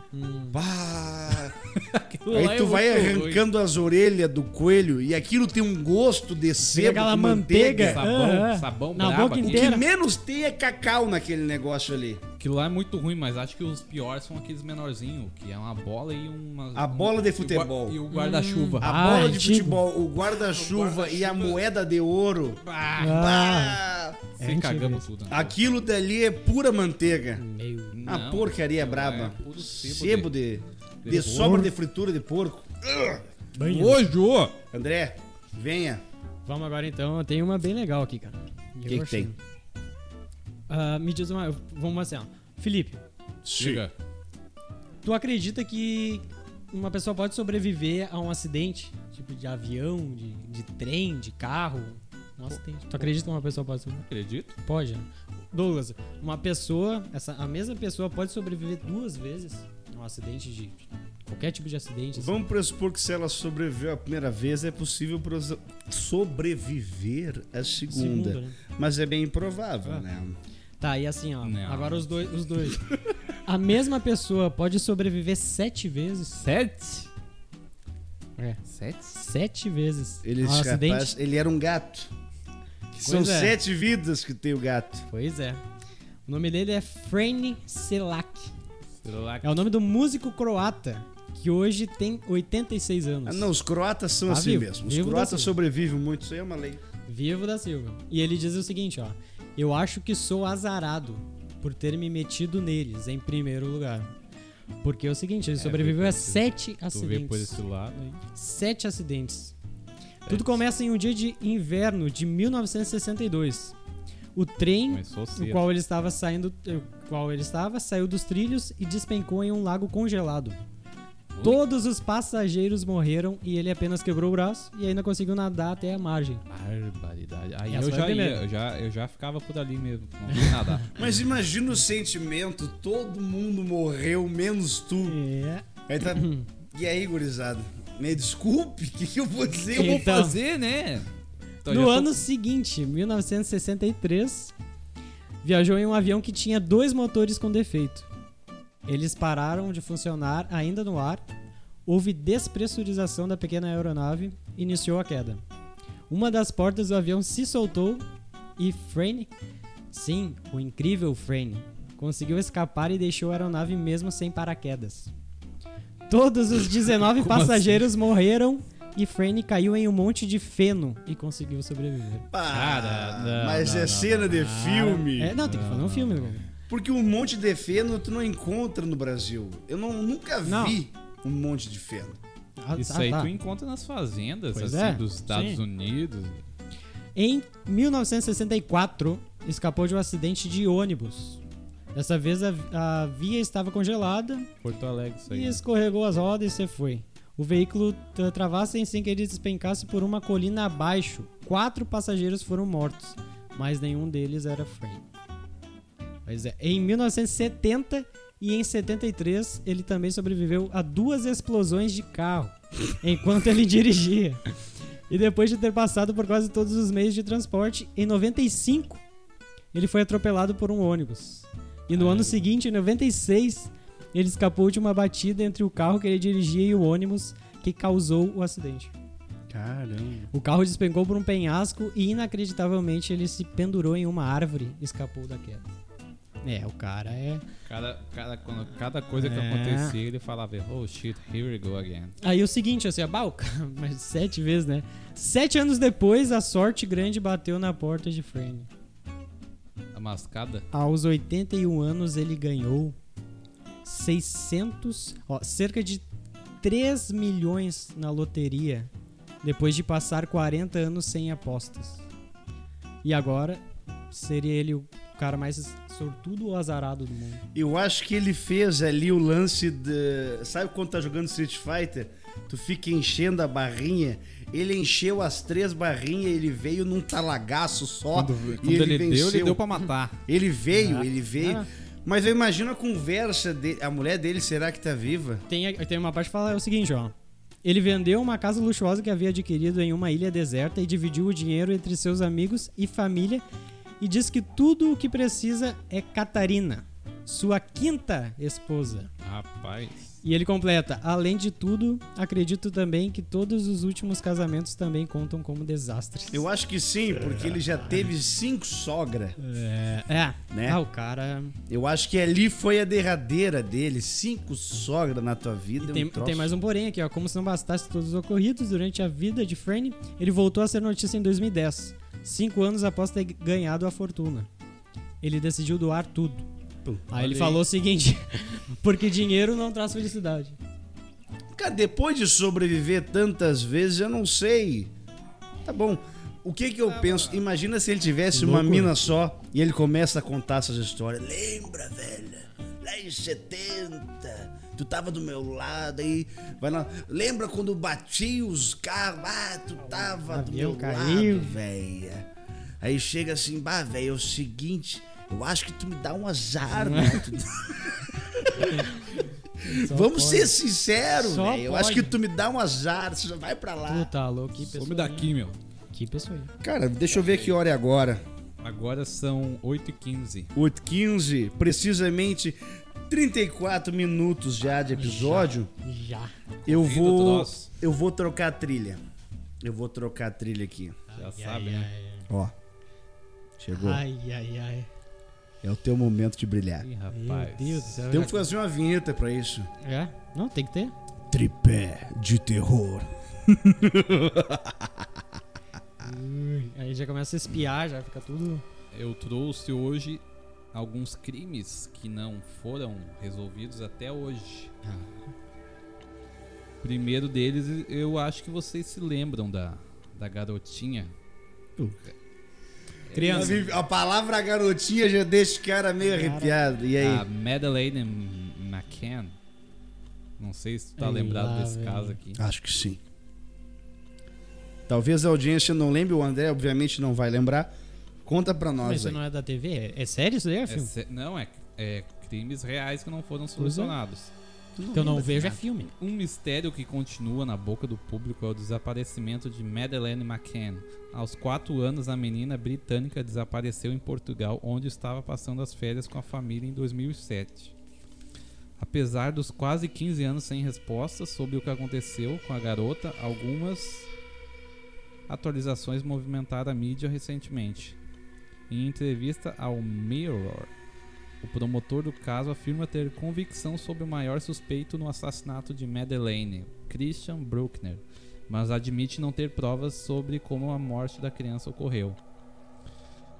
S1: Bah.
S3: Aquilo lá
S1: Hum. Aí
S3: é
S1: tu vai
S3: muito ruim.
S1: arrancando as orelhas do coelho e aquilo tem um gosto de sebo
S2: aquela
S1: com
S2: manteiga.
S3: Sabão,
S2: Ah, ah.
S3: sabão
S2: Na
S3: brabo
S2: boca
S3: aqui.
S1: O que
S2: inteira.
S1: menos tem é cacau naquele negócio ali.
S3: Aquilo lá é muito ruim, mas acho que os piores são aqueles menorzinhos, que é uma bola e uma.
S1: A
S3: um-
S1: bola de
S3: e o gua-
S1: futebol. Hum.
S3: E o guarda-chuva.
S1: A
S2: Ah,
S1: bola de
S2: antigo.
S1: futebol, o guarda-chuva é e a moeda de ouro.
S3: Ah,
S2: Ah,
S1: Ah,
S3: se
S2: é antigo
S3: cagamos
S2: isso.
S3: tudo. né?
S1: aquilo dali é pura manteiga.
S2: meio.
S1: A
S3: Não,
S1: porcaria é
S3: não,
S1: braba.
S3: é puro sebo
S1: Sebo
S3: de-
S1: de, de,
S3: de
S1: sobra de fritura de porco.
S2: Banho.
S3: Nojo!
S1: André, venha.
S2: Vamos agora então, tem uma bem legal aqui, cara.
S1: O que, que tem?
S2: Ah, me diz uma. Vamos assim, ó. Felipe,
S3: Diga.
S2: tu acredita que uma pessoa pode sobreviver a um acidente? Tipo de avião, de, de trem, de carro? Um acidente. Tu acredita que uma pessoa pode sobreviver?
S3: Acredito.
S2: Pode. né? Douglas, uma pessoa, essa, a mesma pessoa pode sobreviver duas vezes a um acidente de. qualquer tipo de acidente. assim.
S1: Vamos pressupor que se ela sobreviveu a primeira vez, é possível pros- sobreviver a segunda.
S2: Segunda, né?
S1: Mas é bem improvável,
S2: Ah.
S1: né?
S2: Tá, e assim, ó.
S3: Não.
S2: Agora os dois. Os dois. a mesma pessoa pode sobreviver sete vezes?
S3: Sete?
S2: É.
S3: Sete?
S2: Sete vezes.
S1: Ele,
S2: a um
S1: esse
S2: acidente?
S1: rapaz, ele era um gato. Que São
S2: é.
S1: sete vidas que tem o gato.
S2: Pois é. O nome dele é Franny Selak.
S3: Celular.
S2: É o nome do músico croata, que hoje tem 86 anos.
S1: Ah, não, os croatas são
S2: Tá
S1: assim
S2: vivo,
S1: mesmo. Os
S2: vivo da
S1: croatas
S2: Silva.
S1: sobrevivem muito, isso aí é uma lei.
S2: Vivo da Silva. E ele diz o seguinte, ó. Eu acho que sou azarado por ter me metido neles em primeiro lugar. Porque é o seguinte, ele
S3: É,
S2: sobreviveu
S3: vê
S2: a
S3: por esse-
S2: sete
S3: Tu vê por
S2: acidentes.
S3: esse lado aí.
S2: Sete acidentes.
S3: É.
S2: Tudo começa em um dia de inverno de 1962. O trem,
S3: Começou cedo.
S2: o qual ele estava saindo, o qual ele estava, saiu dos trilhos e despencou em um lago congelado. Todos os passageiros morreram e ele apenas quebrou o braço e ainda conseguiu nadar até a margem.
S3: Barbaridade. Aí
S2: Essa foi a
S3: eu já, ia,
S2: primeira.
S3: eu já eu já ficava por ali mesmo. Não ia nadar.
S1: Mas imagina o sentimento, todo mundo morreu, menos tu.
S2: É.
S1: Aí tá... E aí, gurizada? Me desculpe, o que, que eu vou dizer? Eu vou-
S2: Então.
S3: fazer, né? Então, já
S2: no
S3: tô-
S2: ano seguinte, 1963, viajou em um avião que tinha dois motores com defeito. Eles pararam de funcionar ainda no ar, houve despressurização da pequena aeronave, iniciou a queda. Uma das portas do avião se soltou e Frane, sim, o incrível Frane, conseguiu escapar e deixou a aeronave mesmo sem paraquedas. Todos os 19
S3: Como assim?
S2: passageiros morreram e Frane caiu em um monte de feno e conseguiu sobreviver.
S1: Para,
S3: Cara, não,
S1: mas
S3: não,
S1: é
S3: não,
S1: cena de filme.
S2: É, não, tem que fazer
S3: Ah,
S2: um filme, né?
S1: Porque um monte de feno tu não encontra no Brasil. Eu não, nunca
S2: Não.
S1: vi um monte de feno.
S2: Ah,
S3: Isso
S2: ah,
S3: aí
S2: tá.
S3: tu encontra nas fazendas,
S2: Pois
S3: assim,
S2: é,
S3: dos Estados
S2: sim.
S3: Unidos.
S2: Em 1964, escapou de um acidente de ônibus. Dessa vez a, a via estava congelada
S3: Porto Alegre, isso aí.
S2: e escorregou as rodas e se foi. O veículo tra- travasse sem que ele despencasse por uma colina abaixo. Quatro passageiros foram mortos, mas nenhum deles era Frank. Pois é, em 1970 e em 73 ele também sobreviveu a duas explosões de carro enquanto ele dirigia. E depois de ter passado por quase todos os meios de transporte, em 95 ele foi atropelado por um ônibus. E no ano seguinte, em 96, ele escapou de uma batida entre o carro que ele dirigia e o ônibus que causou o acidente.
S1: Caramba.
S2: O carro despencou por um penhasco e, inacreditavelmente, ele se pendurou em uma árvore e escapou da queda. É, o cara é.
S3: Cada, cada, quando- cada coisa que
S2: É.
S3: acontecia, ele falava, oh shit, here we go again.
S2: Aí o seguinte, assim, abalca, mas sete vezes, né? Sete anos depois, a sorte grande bateu na porta de Frame.
S3: A mascada.
S2: Aos 81 anos ele ganhou 600, ó, cerca de 3 milhões na loteria, depois de passar 40 anos sem apostas. E agora seria ele o cara mais sortudo ou azarado do mundo.
S1: Eu acho que ele fez ali o lance de. Sabe quando tá jogando Street Fighter? Tu fica enchendo a barrinha. Ele encheu as três barrinhas, ele veio num talagaço só.
S3: Quando, quando
S1: e
S3: ele,
S1: ele,
S3: deu,
S1: venceu.
S3: ele deu pra matar.
S1: Ele veio, ele veio.
S2: Ah.
S1: Mas eu imagino a conversa dele. A mulher dele, será que tá viva?
S2: Tem, tem uma parte que fala o seguinte, ó. Ele vendeu uma casa luxuosa que havia adquirido em uma ilha deserta e dividiu o dinheiro entre seus amigos e família e diz que tudo o que precisa é Catarina, sua quinta esposa.
S3: Rapaz.
S2: E ele completa: "Além de tudo, acredito também que todos os últimos casamentos também contam como desastres".
S1: Eu acho que sim, porque ele já teve cinco sogra.
S2: é, é.
S1: Né?
S2: Ah, o cara
S1: Eu acho que ali foi a derradeira dele. Cinco sogra na tua vida. é um
S2: Tem,
S1: troço.
S2: tem mais um porém aqui, ó. Como se não bastasse todos os ocorridos durante a vida de Franny, ele voltou a ser notícia em 2010, cinco anos após ter ganhado a fortuna. Ele decidiu doar tudo.
S1: Pô,
S2: aí ele
S3: aí.
S2: falou o seguinte: porque dinheiro não traz felicidade.
S1: Cara, depois de sobreviver tantas vezes, eu não sei. Tá bom. O que que eu penso? Imagina se ele tivesse uma
S2: Loucura.
S1: mina só e ele começa a contar essas histórias. Lembra, velha? Lá em 70, tu tava do meu lado aí. Vai lá. Lembra quando bati os carros? Ah, tu tava do
S2: avião
S1: meu
S2: caiu.
S1: lado, velha. Aí chega assim, bah, velho, é o seguinte, eu acho que tu me dá um azar, né? Tu-
S2: Só
S1: Vamos
S2: pode.
S1: ser sinceros,
S2: Só
S1: velho. Eu acho
S2: pode.
S1: que tu me dá um azar, você já vai pra lá.
S2: Tu tá louco, que pessoa.
S3: Some daqui, meu.
S2: hein? Que pessoa. hein?
S1: Cara, deixa eu ver que hora é agora.
S3: Agora são 8h15.
S1: 8h15, precisamente 34 minutos já de episódio.
S2: Já. Tá
S1: Eu
S3: Corrido,
S1: vou.
S3: troço.
S1: Eu vou trocar a trilha. Eu vou trocar a trilha aqui.
S3: Já
S2: Ai,
S3: sabe,
S2: ai,
S3: né?
S1: Ó. Chegou.
S2: Ai, ai, ai.
S1: É o teu momento de brilhar.
S3: Ih,
S2: Meu
S3: rapaz.
S2: Deus do céu.
S1: Temos que fazer uma vinheta pra isso.
S2: É? Não, tem que ter.
S1: Tripé de terror.
S2: Aí já começa a espiar, já fica tudo.
S3: eu trouxe hoje alguns crimes que não foram resolvidos até hoje.
S2: Ah.
S3: Primeiro deles, eu acho que vocês se lembram da, da garotinha.
S2: Criança.
S1: Mas, A palavra garotinha já deixa o cara meio arrepiado. E
S2: Ah,
S1: aí?
S3: A Madeleine McCann. Não sei se tu tá
S2: Aí
S3: lembrado
S2: lá,
S3: desse
S2: velho.
S3: caso aqui.
S1: Acho que sim. Talvez a audiência não lembre, o André obviamente não vai lembrar. Conta pra
S2: Mas
S1: nós
S2: isso
S1: aí.
S2: não é da TV? É, é sério isso daí, é
S3: É
S2: filme?
S3: sé- não, é, é crimes reais que não
S2: é.
S3: foram solucionados.
S2: que eu não vejo é filme.
S3: Um mistério que continua na boca do público é o desaparecimento de Madeleine McCann. Aos 4 anos, a menina britânica desapareceu em Portugal, onde estava passando as férias com a família em 2007. Apesar dos quase 15 anos sem resposta sobre o que aconteceu com a garota, algumas atualizações movimentaram a mídia recentemente. Em entrevista ao Mirror, o promotor do caso afirma ter convicção sobre o maior suspeito no assassinato de Madeleine, Christian Bruckner, mas admite não ter provas sobre como a morte da criança ocorreu.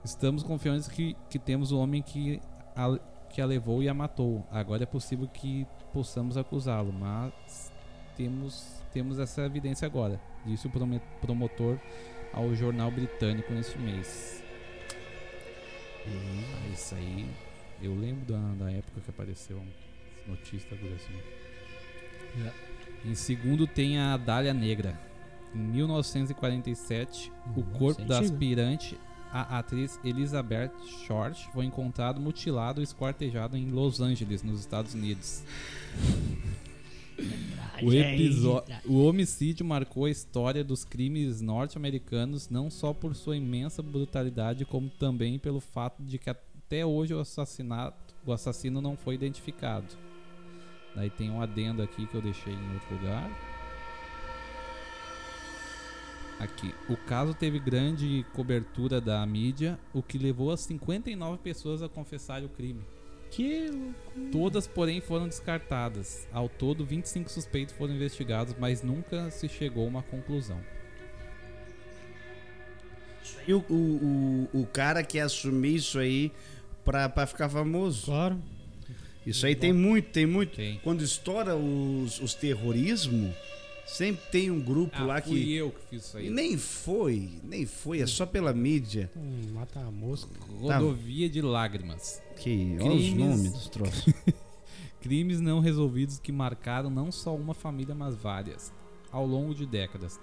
S3: Estamos confiantes que, que temos o homem que a, que a levou e a matou. Agora é possível que possamos acusá-lo, mas temos, temos essa evidência agora, disse o prome- promotor ao jornal britânico neste mês. Ah, isso aí eu lembro da, da época que apareceu essa notícia da assim. Em segundo tem a Dália Negra. Em 1947, o
S2: Nossa,
S3: corpo da
S2: antigo.
S3: aspirante, a atriz Elizabeth Short, foi encontrado mutilado e esquartejado em Los Angeles, nos Estados Unidos. O,
S2: É
S3: episo- o homicídio marcou a história dos crimes norte-americanos não só por sua imensa brutalidade, como também pelo fato de que até hoje o assassinato, o assassino não foi identificado. Daí tem um adendo aqui que eu deixei em outro lugar. Aqui, o caso teve grande cobertura da mídia, o que levou as 59 pessoas a confessarem o crime.
S2: Que
S3: Todas, porém, foram descartadas. Ao todo, 25 suspeitos foram investigados, mas nunca se chegou a uma conclusão.
S1: E o, o, o, o cara quer assumir isso aí pra, pra ficar famoso.
S2: claro.
S1: Isso aí tem muito, tem muito.
S3: Tem.
S1: Quando estoura os, os terrorismo, sempre tem um grupo lá
S3: Ah, fui
S1: que.
S3: eu que fiz isso aí.
S1: Nem foi, nem foi, é só pela mídia.
S2: Hum, mata a mosca.
S3: Rodovia de lágrimas.
S1: Que. Olha os
S3: Crimes.
S1: nomes dos troços.
S3: Crimes não resolvidos que marcaram não só uma família, mas várias, ao longo de décadas.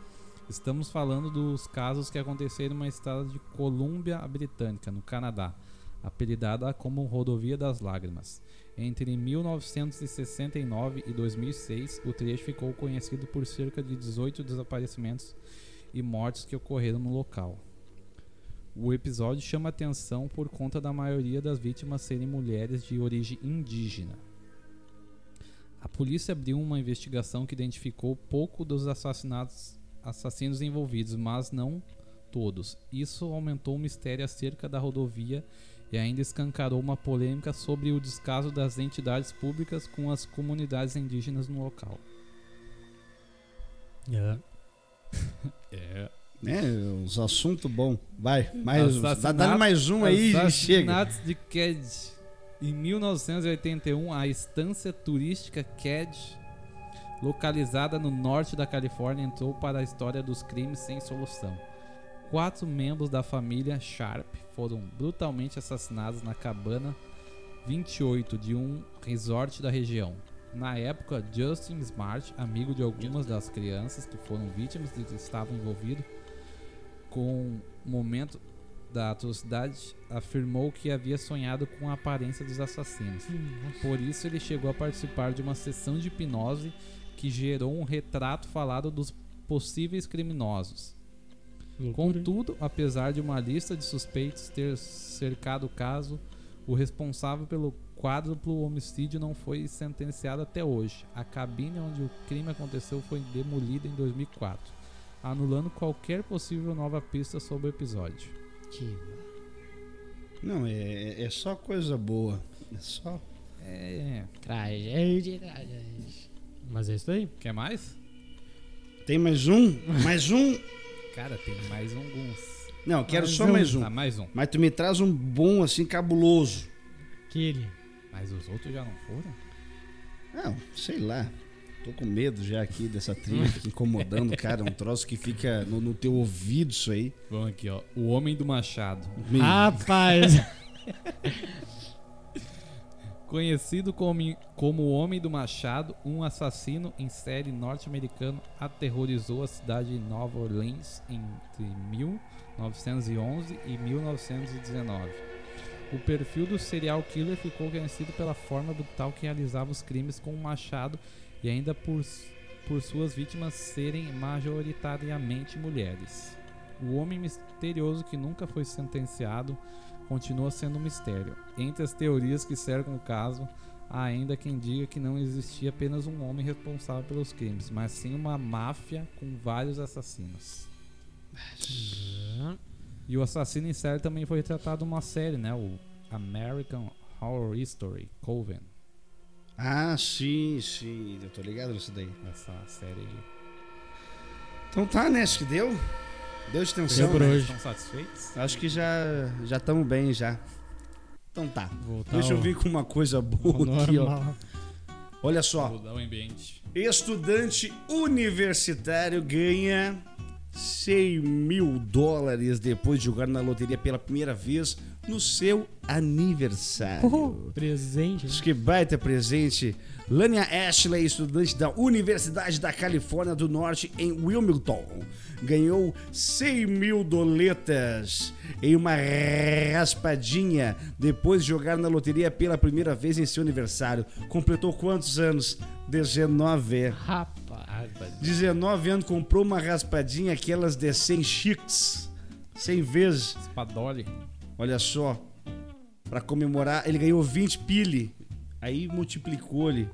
S3: Estamos falando dos casos que aconteceram na estrada de Colômbia Britânica, no Canadá, apelidada como Rodovia das Lágrimas. Entre 1969 e 2006, o trecho ficou conhecido por cerca de 18 desaparecimentos e mortes que ocorreram no local. O episódio chama atenção por conta da maioria das vítimas serem mulheres de origem indígena. A polícia abriu uma investigação que identificou pouco dos assassinatos, assassinos envolvidos, mas não todos. Isso aumentou o mistério acerca da rodovia e ainda escancarou uma polêmica sobre o descaso das entidades públicas com as comunidades indígenas no local. É.
S1: né? Uns assuntos bons. Vai, mais. Dá,
S3: Assassinato-
S1: dá mais um aí e chega.
S3: Assassinatos de Ked. Em 1981, a estância turística Ked, localizada no norte da Califórnia, entrou para a história dos crimes sem solução. Quatro membros da família Sharp foram brutalmente assassinados na cabana 28 de um resort da região. Na época, Justin Smart, amigo de algumas das crianças que foram vítimas e que estavam envolvidos com o momento da atrocidade, afirmou que havia sonhado com a aparência dos assassinos. Por isso, ele chegou a participar de uma sessão de hipnose que gerou um retrato falado dos possíveis criminosos. Contudo, apesar de uma lista de suspeitos ter cercado o caso, o responsável pelo quádruplo homicídio não foi sentenciado até hoje. A cabine onde o crime aconteceu foi demolida em 2004, anulando qualquer possível nova pista sobre o episódio.
S1: Não, é, é só coisa boa. É só.
S3: É,
S2: Tragédia, tragédia. Mas é isso aí.
S3: quer mais?
S1: Tem mais um? Mais um?
S3: Cara, tem mais alguns.
S1: Não, eu quero
S2: Mais
S1: só
S2: um.
S1: mais um.
S3: Tá, mais um.
S1: Mas tu me traz um bom, assim, cabuloso.
S2: Aquele.
S3: Mas os outros já não foram?
S1: Não, sei lá. Tô com medo já aqui dessa trilha que incomodando, cara. É um troço que fica no, no teu ouvido isso aí.
S3: Vamos aqui, ó. O Homem do Machado.
S1: Me-
S2: Ah. Rapaz.
S3: Conhecido como, como o Homem do Machado, um assassino em série norte-americano aterrorizou a cidade de Nova Orleans entre 1911 e 1919. O perfil do serial killer ficou conhecido pela forma brutal que realizava os crimes com o machado e ainda por, s- por suas vítimas serem majoritariamente mulheres. O homem misterioso que nunca foi sentenciado continua sendo um mistério. Entre as teorias que cercam o caso, há ainda quem diga que não existia apenas um homem responsável pelos crimes, mas sim uma máfia com vários assassinos. E o assassino em série também foi retratado numa série, né? O American Horror Story, Coven.
S1: Ah, sim, sim. Eu tô ligado nisso daí.
S3: Essa série aí.
S1: Então tá, né? Acho que deu. Deu extensão.
S2: Deu por
S1: né?
S2: hoje.
S3: Estão satisfeitos?
S1: Acho que já já estamos bem já. Então tá.
S2: Voltar
S1: Deixa eu
S2: ao-
S1: vir com uma coisa boa
S2: ao
S1: aqui, ó.
S2: normal.
S1: Olha só.
S3: Mudar o ambiente.
S1: Estudante universitário ganha 100 mil dólares depois de jogar na loteria pela primeira vez no seu aniversário.
S2: Uhul. Presente.
S1: Acho que baita presente. Lania Ashley, estudante da Universidade da Califórnia do Norte em Wilmington, ganhou 100 mil doletas em uma raspadinha depois de jogar na loteria pela primeira vez em seu aniversário. Completou quantos anos? 19.
S2: Rapaz.
S1: 19 anos, comprou uma raspadinha aquelas de 100 chiques, 100 vezes.
S3: Spadoli.
S1: Olha só. Pra comemorar, ele ganhou 20 pile. Aí multiplicou ele.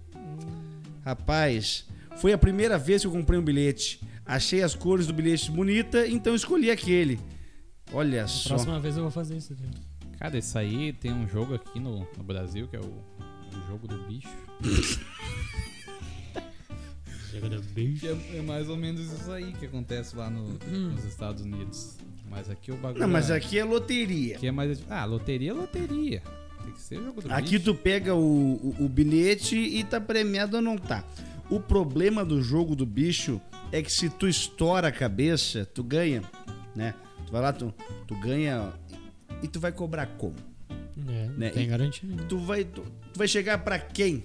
S1: Rapaz, foi a primeira vez que eu comprei um bilhete. Achei as cores do bilhete bonita, então escolhi aquele. Olha só.
S2: Próxima vez eu vou fazer isso. Viu?
S3: Cara, isso aí tem um jogo aqui no, no Brasil que é o, o jogo do bicho. Que É, é mais ou menos isso aí que acontece lá no- nos Estados Unidos. Mas aqui o bagulho.
S1: Não, mas
S3: é-
S1: aqui é loteria.
S3: aqui é mais. Ah, loteria é loteria. Tem que ser jogo do
S1: Aqui
S3: bicho.
S1: tu pega o, o- o bilhete e tá premiado ou não tá. O problema do jogo do bicho é que se tu estoura a cabeça, tu ganha, né? Tu vai lá, tu, tu ganha e tu vai cobrar como?
S2: É, não
S1: Né,
S2: tem
S1: e-
S2: garantia. né?
S1: tu vai, tu, tu vai chegar pra quem?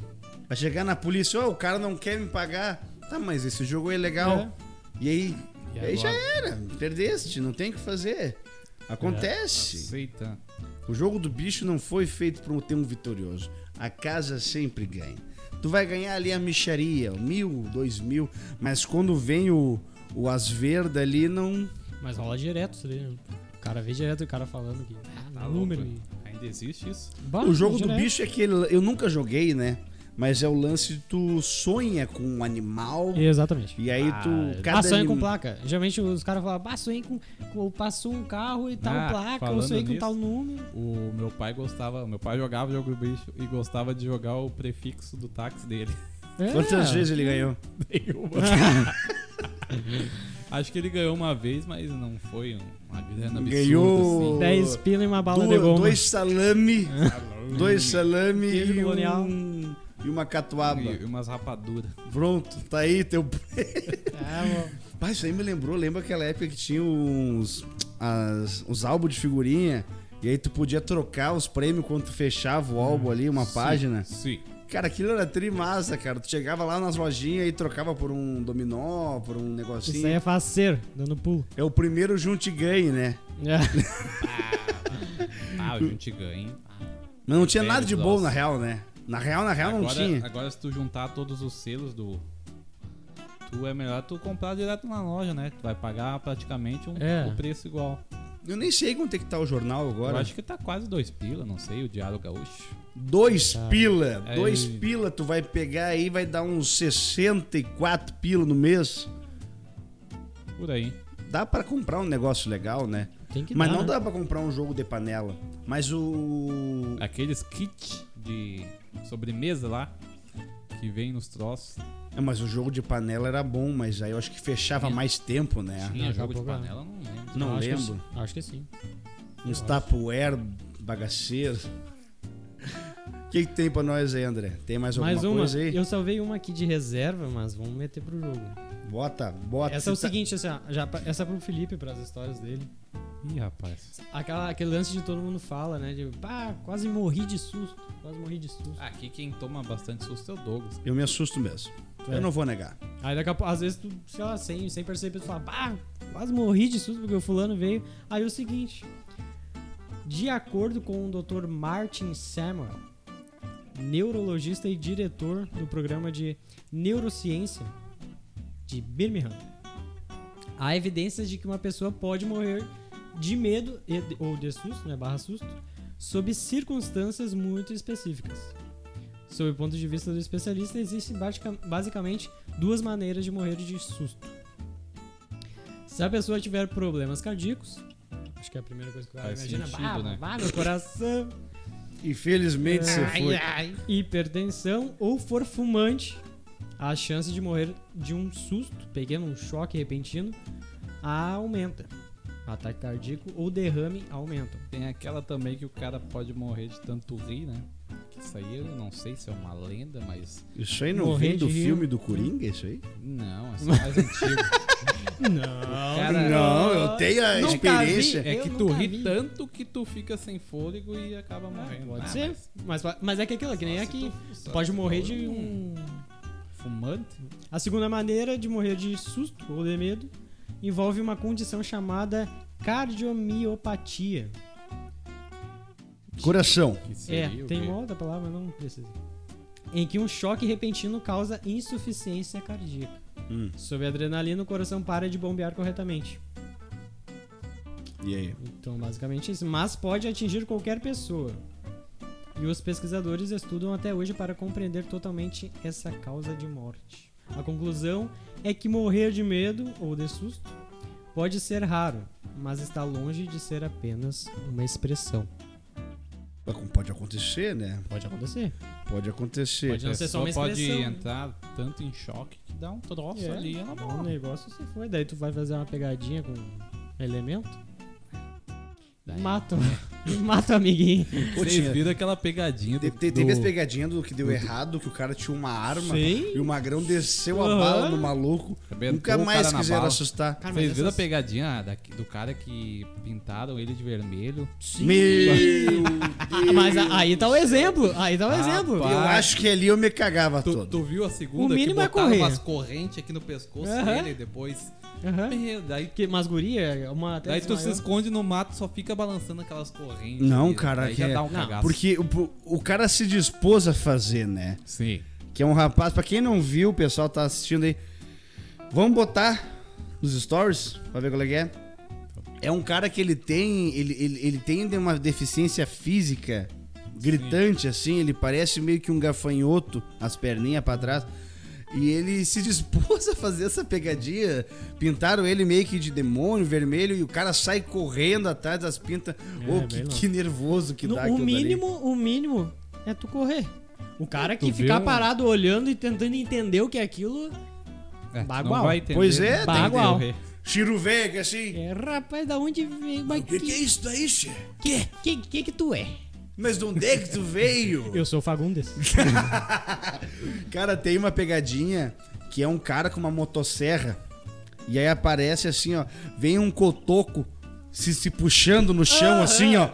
S1: Vai chegar na polícia, ó, o cara não quer me pagar. Tá, mas esse jogo é legal. E aí?
S3: E
S1: E aí já
S3: agora?
S1: era, perdeste, não tem o que fazer. Acontece.
S3: Aceita.
S1: O jogo do bicho não foi feito pra ter um vitorioso. A casa sempre ganha. Tu vai ganhar ali a micharia, mil, dois mil, mas quando vem o, o as verdas ali, não.
S2: Mas rola direto isso daí. né? O cara vê direto o cara falando que. Ah,
S3: Tá
S2: número.
S3: louco. Ainda existe isso?
S2: Bah,
S1: O jogo do
S2: direto.
S1: bicho é aquele. Eu nunca joguei, né? Mas é o lance de tu sonha com um animal.
S2: Exatamente.
S1: E aí tu.
S3: Ah,
S1: cada
S2: É. ah, sonha
S1: anim-
S2: com placa. Geralmente os caras falam, ah, sonhei com, com. Passou um carro e tal
S3: Ah,
S2: placa, ou
S3: falando
S2: sonhei com
S3: nisso.
S2: tal número.
S3: O meu pai gostava. Meu pai jogava jogo do bicho e gostava de jogar o prefixo do táxi dele.
S2: É.
S1: Quantas vezes ele ganhou?
S3: Nenhuma. Acho que ele ganhou uma vez, mas não foi um- uma grana absurda.
S1: Ganhou-
S3: assim.
S2: 10 pila e uma bala de
S1: Duas-
S2: goma.
S1: dois salame, dois salame
S2: Queijo
S1: e,
S2: colonial.
S1: um, e uma catuaba.
S3: E e assim. umas rapaduras.
S1: Pronto, tá aí teu.
S2: Ah, bom.
S1: Pai, isso aí me lembrou, lembra aquela época que tinha uns, as- uns álbuns de figurinha? E aí tu podia trocar os prêmios quando tu fechava o álbum ali, uma página.
S3: Sim.
S1: Cara, aquilo era trimassa, cara. Tu chegava lá nas lojinhas e trocava por um dominó, por um
S2: Isso aí
S1: negocinho.
S2: é faceiro, dando pulo.
S1: É o primeiro junte e ganhe, né?
S2: É.
S3: Ah, o gente ganha. hein?
S1: Mas não tinha
S3: Velhos
S1: nada de bom
S3: ossos.
S1: na real, né? Na real, na real não
S3: agora,
S1: tinha.
S3: agora se tu juntar todos os selos do. Tu é melhor tu comprar direto na loja, né? Tu vai pagar praticamente um,
S2: É.
S3: o preço igual.
S1: Eu nem sei quanto é que tá o jornal agora.
S3: Eu acho que tá quase dois pila, não sei, o Diário Gaúcho.
S1: Dois pila.
S3: Aí.
S1: Dois pila tu vai pegar aí, vai dar uns 64 pila no mês.
S3: Por aí.
S1: Dá pra comprar um negócio legal, né?
S2: Tem que
S1: Mas
S2: dar,
S1: não
S2: né?
S1: dá pra comprar um jogo de panela. Mas o.
S2: É.
S3: Aqueles kits de sobremesa lá, que vem nos troços.
S1: É, mas o jogo de panela era bom, mas aí eu acho que fechava mais tempo, né?
S2: daqui
S3: Tinha
S2: a
S3: jogo de
S2: pouco, né?
S3: panela, eu não lembro.
S1: Não
S2: acho
S1: lembro.
S2: Que, acho que sim.
S1: Uns tapuer bagaceiro. O que, que tem pra nós aí, André? Tem mais alguma
S2: Mais uma.
S1: coisa aí?
S2: Eu salvei uma aqui de reserva, mas vamos meter pro jogo.
S1: Bota, bota.
S2: Essa é o
S1: Se tá-
S2: seguinte, assim, ó, já, pra- essa é pro Felipe, pras histórias dele.
S3: Ih, rapaz.
S2: Aquela, aquele lance de todo mundo fala, né? De, pá, quase morri de susto. Quase morri de susto.
S3: Aqui quem toma bastante susto é o Douglas.
S1: Eu me assusto mesmo.
S2: É.
S1: Eu não vou negar.
S2: Aí daqui a pouco, às vezes, tu, sei lá, sem, sem perceber, tu fala, bah, quase morri de susto porque o fulano veio. Aí é o seguinte, de acordo com o Dr. Martin Samuel, neurologista e diretor do programa de neurociência de Birmingham, há evidências de que uma pessoa pode morrer de medo e- ou de susto, né, barra susto, sob circunstâncias muito específicas. Sob o ponto de vista do especialista, existem basica- basicamente duas maneiras de morrer de susto. Se a pessoa tiver problemas cardíacos, acho que é a primeira coisa que ela
S3: Faz
S2: imagina,
S3: sentido,
S2: bah,
S3: né?
S2: bah, meu coração,
S1: Infelizmente você foi.
S2: hipertensão ou for fumante, a chance de morrer de um susto, pequeno, um choque repentino, aumenta. Ataque cardíaco ou derrame aumentam.
S3: Tem aquela também que o cara pode morrer de tanto rir, né? Isso aí eu não sei se é uma lenda, mas.
S1: Isso aí não
S2: Morrer
S1: vem do
S2: de rir.
S1: filme do Coringa, isso aí?
S3: Não, é só mais antigo.
S2: Não,
S3: Cara,
S1: Não, eu tenho a
S2: Nunca
S1: experiência.
S2: vi.
S3: É
S2: Eu
S3: que tu
S2: nunca
S3: ri
S2: vi.
S3: tanto que tu fica sem fôlego e acaba morrendo.
S2: Pode
S3: Ah,
S2: ser,
S3: mas então
S2: mas, mas é que aquilo, é que nem
S3: só se
S2: aqui.
S3: tu- só
S2: Tu pode
S3: se tu
S2: morrer
S3: for
S2: de um.
S3: Fumante?
S2: A segunda maneira de morrer de susto ou de medo envolve uma condição chamada cardiomiopatia.
S1: Coração.
S3: Que seria
S2: É,
S3: o
S2: tem
S3: quê?
S2: uma outra palavra, não precisa. Em que um choque repentino causa insuficiência cardíaca.
S1: Hum,
S2: Sob adrenalina, o coração para de bombear corretamente.
S1: e aí?
S2: Então, basicamente isso. Mas pode atingir qualquer pessoa. E os pesquisadores estudam até hoje para compreender totalmente essa causa de morte. A conclusão é que morrer de medo ou de susto pode ser raro, mas está longe de ser apenas uma expressão. Então,
S1: Mas como Pode acontecer, né?
S2: Pode acontecer.
S1: Pode acontecer.
S2: Pode não ser só uma
S3: pessoa pode
S2: expressão, né?
S3: entrar tanto em choque que dá um troço
S2: É.
S3: ali e ela
S2: O
S3: morre.
S2: negócio se foi, daí tu vai fazer uma pegadinha com elemento.
S1: É.
S3: Daí-
S2: Mata, mata o amiguinho.
S1: Ô,
S3: Vocês
S1: tinha-
S3: viram aquela pegadinha do,
S1: Te- te- Teve
S3: do-
S1: as pegadinhas do que deu errado, que o cara tinha uma arma
S2: Sim.
S1: e o magrão desceu a
S2: Aham.
S1: bala no maluco.
S3: Arrebentou
S1: Nunca
S3: o
S1: mais
S3: cara na
S1: quiseram
S3: bala.
S1: assustar.
S2: Cara,
S3: Vocês
S2: Ah, mas
S3: viram a
S2: essas-
S3: pegadinha da- do cara que pintaram ele de vermelho?
S1: Meu Deus.
S2: Mas a- aí tá o exemplo, aí tá o
S3: Rapaz.
S2: exemplo.
S1: Eu acho que ali eu me cagava
S3: Tu,
S1: todo.
S3: tu viu a segunda
S2: O mínimo
S3: que
S2: é
S3: botaram
S2: correr.
S3: umas correntes aqui no pescoço
S2: Aham.
S3: dele e depois...
S2: Aham.
S3: Meu, Daí,
S2: Que, mas guria, uma até
S3: daí tu se
S2: desmaiou.
S3: esconde no mato só fica balançando aquelas correntes.
S1: Não,
S3: ali.
S1: cara,
S3: Daí
S1: que
S3: já
S1: é-
S3: dá um
S2: Não,
S3: cagaço.
S1: Porque o, o cara se dispôs a fazer, né?
S3: Sim.
S1: Que é um rapaz, pra quem não viu, o pessoal tá assistindo aí. Vamos botar nos stories pra ver qual é que é. É um cara que ele tem. Ele, ele, ele tem uma deficiência física gritante, assim, ele parece meio que um gafanhoto, as perninhas pra trás. E ele se dispôs a fazer essa pegadinha. Pintaram ele meio que de demônio vermelho e o cara sai correndo atrás das pintas. Ô,
S2: É, bem
S1: que,
S2: louco.
S1: que nervoso que
S2: No-
S1: dá
S2: o
S1: aquilo dali.
S2: mínimo, o mínimo é tu correr. O cara que
S3: Tu
S2: ficar
S3: viu?
S2: parado olhando e tentando entender o que é aquilo,
S3: É, tu
S2: Bagual.
S3: Não vai entender,
S1: Pois é,
S3: né?
S1: tem
S2: bagual.
S3: que correr.
S1: Chiro Vega, assim.
S2: É, rapaz, da onde vem? Mas
S1: O que, que é isso daí, chefe?
S2: que, que, que que tu é?
S1: Mas de onde é que tu veio?
S2: Eu sou o Fagundes.
S1: Cara, tem uma pegadinha que é um cara com uma motosserra. E aí aparece assim, ó. Vem um cotoco se, se puxando no chão, assim, ó.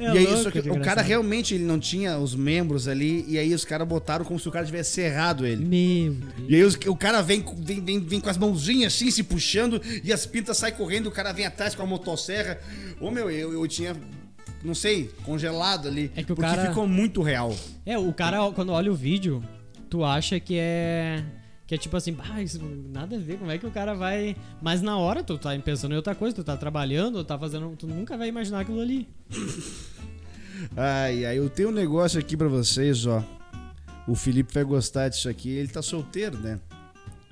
S2: É
S1: e aí,
S2: louco,
S1: só que o
S2: desgraçado.
S1: cara realmente ele não tinha os membros ali. E aí os caras botaram como se o cara tivesse serrado ele.
S2: Meu Deus.
S1: E aí os- o cara vem, com- vem, vem, vem com as mãozinhas assim, se puxando, e as pintas saem correndo, o cara vem atrás com a motosserra. Ô meu, eu, eu tinha, não sei, congelado ali.
S2: É que o
S1: porque
S2: cara-
S1: ficou muito real.
S2: É, o cara, ó, quando olha o vídeo, tu acha que é. Que é tipo assim, "Bah, isso nada a ver, como é que o cara vai. Mas na hora tu tá pensando em outra coisa, tu tá trabalhando, tá fazendo. Tu nunca vai imaginar aquilo ali.
S1: Ai, ai, eu tenho um negócio aqui pra vocês, ó. O Felipe vai gostar disso aqui. Ele tá solteiro, né?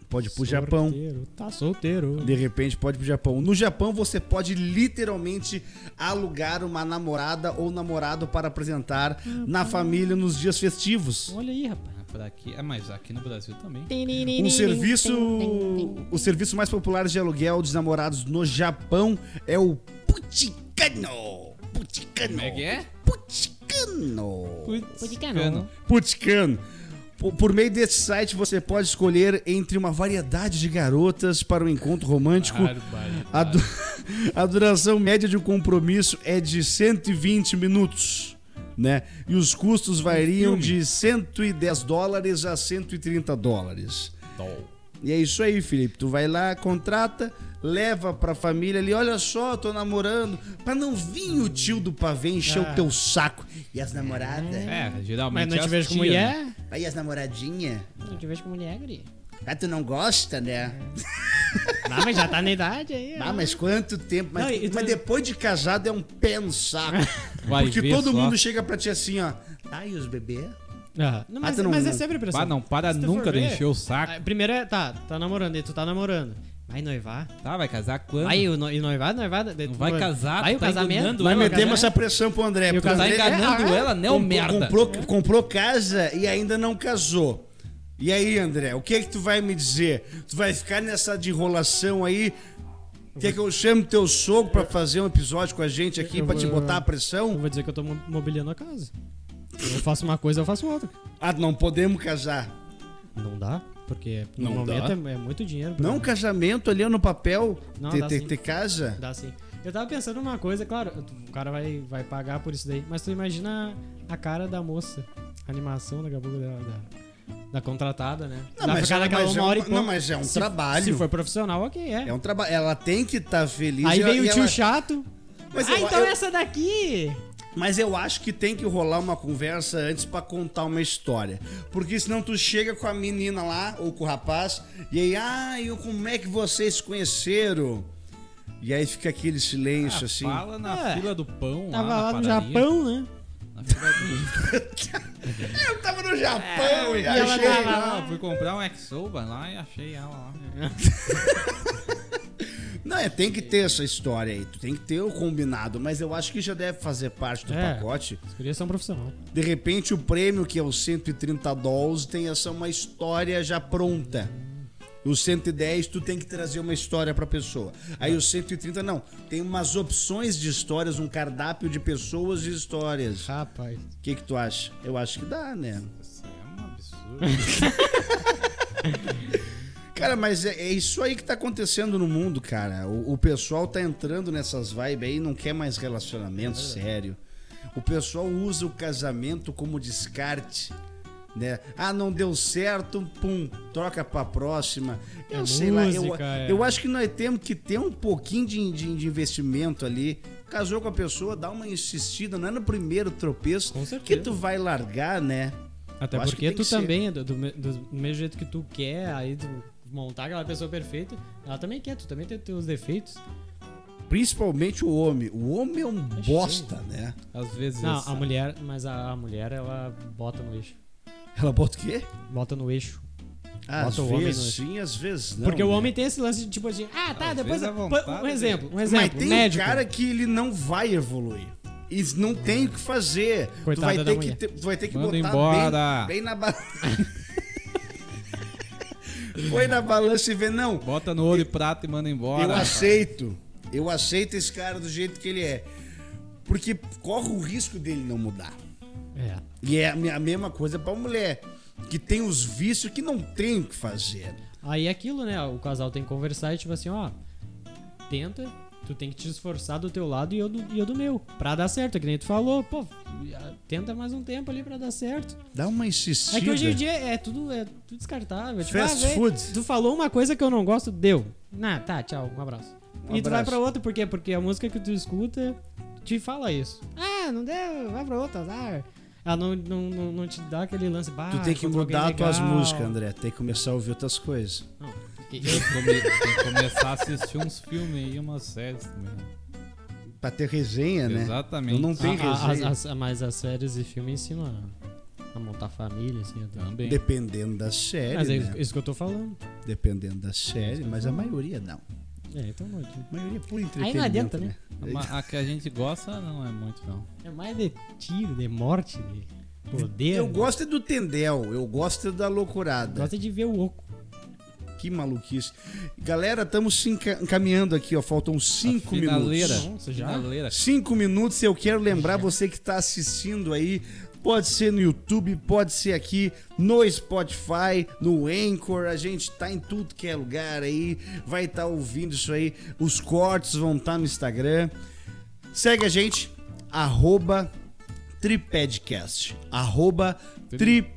S1: Pode ir pro Japão.
S2: Solteiro, Tá solteiro.
S1: De repente pode ir pro Japão. No Japão você pode literalmente alugar uma namorada ou namorado para apresentar na família nos dias festivos.
S2: Olha aí, rapaz.
S3: por aqui. É, mas aqui no Brasil também.
S1: Um serviço. O serviço mais popular de aluguel de namorados no Japão é o Puticano. Puticano.
S3: Como é que é?
S1: Puticano.
S3: Putz, é
S2: Puticano.
S3: cano.
S1: Puticano. Por, por meio desse site você pode escolher entre uma variedade de garotas para um encontro romântico.
S3: Barbaridade.
S1: A, du- a duração média de um compromisso é de 120 minutos, né? E os custos variam
S3: filme.
S1: de 110 dólares a 130 dólares.
S3: Dol.
S1: E é isso aí, Felipe. Tu vai lá, contrata, leva pra família ali, olha só, tô namorando, pra não vir o tio do pavê encher o teu saco. E as namoradas?
S3: É, geralmente.
S2: Mas não te
S3: as
S2: vejo é, com
S3: tias, né?
S2: mulher?
S1: Aí as namoradinhas?
S2: Não te vejo com mulher, guri.
S1: Ah, tu não gosta, né?
S2: Não, mas já tá na idade aí. ó.
S1: Ah, mas quanto tempo? Mas,
S2: Não, e tu-
S1: mas depois de casado é um pé no saco.
S3: Vai
S1: Porque
S3: ver
S1: todo
S3: só.
S1: mundo chega pra ti assim, ó. Ah, e os bebês?
S2: Ah, não, mas,
S1: Ah, tu não-
S2: mas é
S1: não-
S2: sempre pressão.
S3: Bah, não para
S2: Se tu
S3: nunca
S2: for
S3: de
S2: ver,
S3: encher o saco.
S2: ah, Primeiro é, tá, tá namorando, e tu tá namorando. Vai noivar.
S3: Tá, vai casar quando?
S2: Vai o no, e noivado, noivado. daí tu
S3: vai
S2: noiva.
S3: casar,
S2: vai o
S3: tá
S2: casamento.
S3: enganando
S1: Vai
S3: ela,
S2: o
S1: meter
S2: casamento.
S1: essa pressão pro André.
S2: E o
S1: porque
S2: casal
S3: Tá
S1: André- é
S3: enganando
S2: Ah,
S3: ela, né, o
S1: Comprou-
S3: merda?
S1: Comprou,
S2: É.
S1: comprou casa e ainda não casou. E aí, André, o que é que tu vai me dizer? Tu vai ficar nessa de enrolação aí? Quer que eu chame teu sogro pra fazer um episódio com a gente aqui
S2: Eu
S1: pra te
S2: vou-
S1: botar a
S2: Eu
S1: pressão?
S2: vou dizer que eu tô mo- mobiliando a casa. Eu faço uma coisa, eu faço outra.
S1: Ah, não podemos casar.
S2: Não dá, porque no
S1: Não
S2: momento
S1: dá.
S2: É, é muito dinheiro. pra-
S1: Não casamento ali no papel,
S2: Não,
S1: ter
S2: dá
S1: ter-
S2: sim.
S1: ter casa.
S2: Dá sim. assim. Eu tava pensando numa coisa, claro, o cara vai, vai pagar por isso daí, mas tu imagina a cara da moça, a animação daqui a pouco da, da, da contratada, né?
S1: Não,
S2: Dá pra
S1: mas
S2: ficar
S1: é-
S2: naquela
S1: mas é
S2: uma
S1: um-
S2: hora e
S1: não,
S2: pouco.
S1: mas é um
S2: se,
S1: trabalho.
S2: Se for profissional, ok, é.
S1: É um trabalho. Ela tem que estar feliz.
S2: Aí
S1: e-
S2: veio
S1: e
S2: o tio
S1: ela-
S2: chato.
S1: Mas
S2: ah,
S1: eu-
S2: então
S1: eu-
S2: essa daqui!
S1: Mas eu acho que tem que rolar uma conversa antes pra contar uma história. Porque senão tu chega com a menina lá, ou com o rapaz, e aí, ah, e como é que vocês se conheceram? E aí fica aquele silêncio,
S3: Ah,
S1: assim.
S3: Fala na
S2: É.
S3: fila do pão.
S2: Tava
S3: na
S2: lá no
S3: padaria.
S2: Japão, né?
S3: Na fila do-
S1: Eu tava no Japão e
S2: É, ela
S1: achei...
S2: tava
S3: Ah, fui comprar um Exoba lá e achei ela lá.
S1: Não, é, tem que ter essa história aí. Tu tem que ter o combinado. Mas eu acho que já deve fazer parte do
S2: É.
S1: pacote.
S2: Os gurias são profissional.
S1: De repente, o prêmio, que é os 130 dólares, tem essa uma história já pronta. Os 110, tu tem que trazer uma história pra pessoa. Aí os 130, não. Tem umas opções de histórias, um cardápio de pessoas e histórias.
S2: Rapaz.
S1: O que, que tu acha? Eu acho que dá, né?
S3: Isso é um absurdo.
S1: Cara, mas é, é isso aí que tá acontecendo no mundo, cara. O, o pessoal tá entrando nessas vibes aí, não quer mais
S2: É
S1: relacionamento sério. O pessoal usa o casamento como descarte, né? Ah, não deu certo, pum, troca pra próxima. Eu
S2: É
S1: sei
S2: música,
S1: lá, eu,
S2: é.
S1: eu acho que nós temos que ter um pouquinho de, de- de investimento ali. Casou com a pessoa, dá uma insistida, não é no primeiro tropeço
S2: Com
S1: que
S2: certeza.
S1: tu vai largar, né?
S2: Até
S1: Eu acho que
S2: porque
S1: tem
S2: tu
S1: que ser. né?
S2: também, do, do, me- do mesmo jeito que tu quer, aí tu montar aquela pessoa perfeita, ela também quer, tu também tem teus defeitos.
S1: Principalmente o homem. O homem é um bosta, né?
S3: Às vezes.
S2: Não, a mulher, mas a, a mulher ela bota no eixo.
S1: Ela bota o quê?
S2: Bota no eixo.
S1: Às
S2: Bota o homem
S1: vezes
S2: no-
S1: Ah, sim, às vezes não.
S2: Porque o
S1: né?
S2: homem tem esse lance de tipo assim, ah, tá,
S3: Às
S2: depois.
S3: vezes a
S2: pô,
S3: vontade
S2: um exemplo, um
S1: é Mas é,
S2: exemplo.
S1: tem
S2: médico.
S1: cara que ele não vai evoluir. E não tem o que fazer. tu
S2: Coitada
S1: vai
S2: da
S1: ter que
S2: mulher.
S1: ter- tu vai ter que
S3: Manda
S1: botar
S3: embora.
S1: Bem, bem na balança. Foi na balança e vê, não,
S3: Bota no olho e prato e manda
S1: eu
S3: embora.
S1: aceito. Eu aceito esse cara do jeito que ele é. Porque corre o risco dele não mudar.
S2: É.
S1: E é a me- a mesma coisa pra mulher. Que tem os vícios que não tem o que fazer.
S2: Aí é aquilo, né? O casal tem que conversar e tipo assim, ó, tenta, tu tem que te esforçar do teu lado e eu do, e eu do meu, pra dar certo, é que nem tu falou, pô, tenta mais um tempo ali pra dar certo.
S1: Dá uma insistida.
S2: É que hoje em dia é tudo, é tudo descartável. Tipo,
S1: Fast
S2: ah, véi,
S1: food.
S2: Tu falou uma coisa que eu não gosto, deu. Ah, tá, tchau, um abraço.
S1: Um
S2: e tu vai
S1: abraço.
S2: pra outra, por quê? Porque a música que tu escuta te fala isso. Ah, não deu, vai pra outra, azar. Ela não, não, não, não te dá aquele lance. Bah,
S1: Tu tem que
S2: encontrei
S1: mudar as
S2: Ah, alguém
S1: tuas
S2: legal."
S1: músicas, né? André. Tem que começar a ouvir outras coisas.
S2: Não,
S3: Tem
S2: porque-
S3: que come- tem que começar a assistir uns filmes e umas séries também.
S1: Pra ter resenha, né?
S3: Exatamente.
S1: Eu não tenho
S2: a- a- Ah, as-
S1: resenha.
S2: as- mas as séries e filmes ensinam a, a montar família, assim, até.
S3: Também.
S1: Dependendo da série,
S2: Mas
S1: né?
S2: é isso- isso que eu tô falando.
S1: Dependendo da série, mas a maioria não.
S2: É, então não adianta.
S1: A maioria é por entretenimento,
S2: adianta,
S1: né?
S2: né?
S3: Mas A que a gente gosta não é muito, não.
S2: É mais de tiro, de morte, de Poder. né?
S1: Eu gosto é do Tendel, eu gosto é da loucurada.
S2: Gosta de ver o oco.
S1: Que maluquice. Galera, estamos se enca- encaminhando aqui, ó. Faltam cinco
S3: Finaleira.
S1: minutos.
S2: Nossa, já?
S3: Finaleira.
S1: Cinco minutos, eu quero lembrar você que está assistindo aí. Pode ser no YouTube, pode ser aqui no Spotify, no Anchor. A gente tá em tudo que é lugar aí. Vai estar ouvindo isso aí. Os cortes vão estar no Instagram. Segue a gente, arroba Tripedcast. Arroba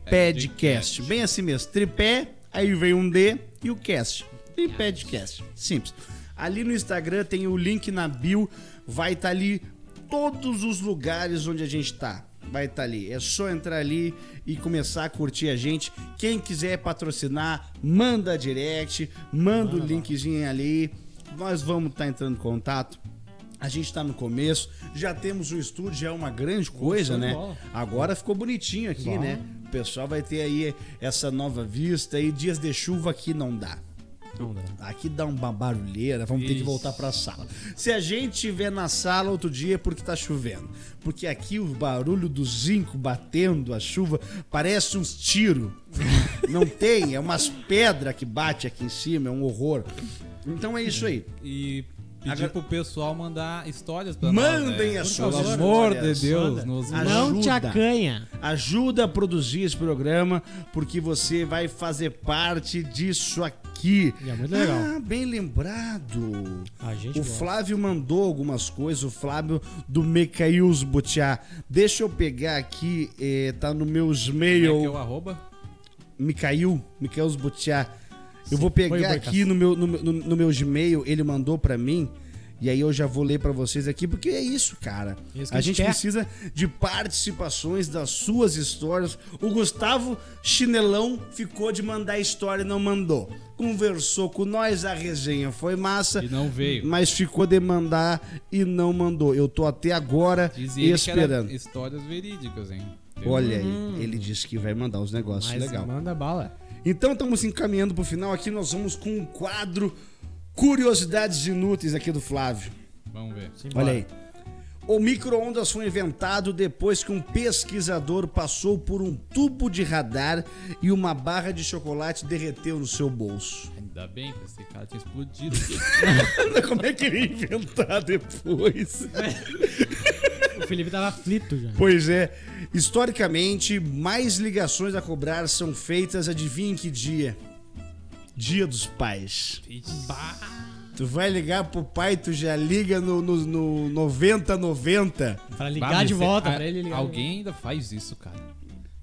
S1: Tripedcast. Bem assim mesmo. Tripé, aí vem um D e o cast. Tripedcast. Simples. Ali no Instagram tem o link na bio. Vai estar ali todos os lugares onde a gente tá. Vai estar ali. É só entrar ali e começar a curtir a gente. Quem quiser patrocinar, manda direct, manda o linkzinho ali. Nós vamos estar entrando em contato. A gente está no começo, já temos um estúdio, já é uma grande coisa,
S3: show de
S1: né?
S3: bola.
S1: Agora ficou bonitinho aqui, né? O pessoal vai ter aí essa nova vista e dias de chuva aqui não dá.
S2: Não dá.
S1: Aqui dá uma barulheira, vamos ter que
S3: Isso.
S1: voltar pra sala. Se a gente estiver na sala outro dia é porque tá chovendo. Porque aqui o barulho do zinco batendo a chuva parece uns tiros. Não tem, é umas pedras que bate aqui em cima, é um horror. Então é isso aí.
S3: E pedir
S1: Agra-
S3: pro pessoal mandar histórias pra nós.
S1: Mandem
S3: né?
S1: as
S3: Pelo
S1: suas
S3: amor de
S1: histórias.
S3: Deus,
S2: Manda.
S3: nos
S1: Ah,
S3: manda.
S2: Não te
S1: Ajuda.
S2: acanha.
S1: Ajuda a produzir esse programa, porque você vai fazer parte disso aqui.
S2: E é muito legal.
S1: Ah, bem lembrado.
S2: A gente
S1: O
S2: gosta.
S1: Flávio mandou algumas coisas, o Flávio do Mecaius Butiá. Deixa eu pegar aqui, eh, tá no meus
S3: Como é
S1: mail.
S3: que é o arroba?
S1: Micail, Micael Butiá. Eu vou
S2: foi o
S1: pegar
S2: Boicas.
S1: aqui no meu, no, meu- no- no meu Gmail, ele mandou pra mim. E aí eu já vou ler pra vocês aqui, porque é isso, cara.
S2: Isso que
S1: a
S2: a gente
S1: gente
S2: quer.
S1: precisa de participações das suas histórias. O Gustavo Chinelão ficou de mandar história e não mandou. Conversou com nós, a resenha foi massa.
S3: E não veio.
S1: Mas ficou de mandar e não mandou. Eu tô até agora
S3: Diz ele que
S1: esperando.
S3: era histórias verídicas, hein? Entendeu?
S1: Olha aí, ele disse que vai mandar uns negócios
S2: Mas
S1: legal.
S2: manda bala.
S1: Então estamos encaminhando pro final aqui, nós vamos com um quadro Curiosidades Inúteis aqui do Flávio.
S3: Vamos ver.
S2: Simbora.
S1: Olha aí. O micro-ondas foi inventado depois que um pesquisador passou por um tubo de radar e uma barra de chocolate derreteu no seu bolso.
S3: Ainda bem que esse cara tinha explodido.
S1: Como é que ele ia inventar depois?
S2: O Felipe tava aflito já.
S1: Pois é. Historicamente, mais ligações a cobrar são feitas, adivinha em que dia? Dia dos pais. Tu vai ligar pro pai, tu já liga no, no, no 90 90.
S2: Pra
S3: Bah,
S2: ligar
S3: mas
S2: de
S3: cê-
S2: volta
S3: a-
S2: pra ele ligar.
S3: Ah, Alguém ainda faz isso, cara.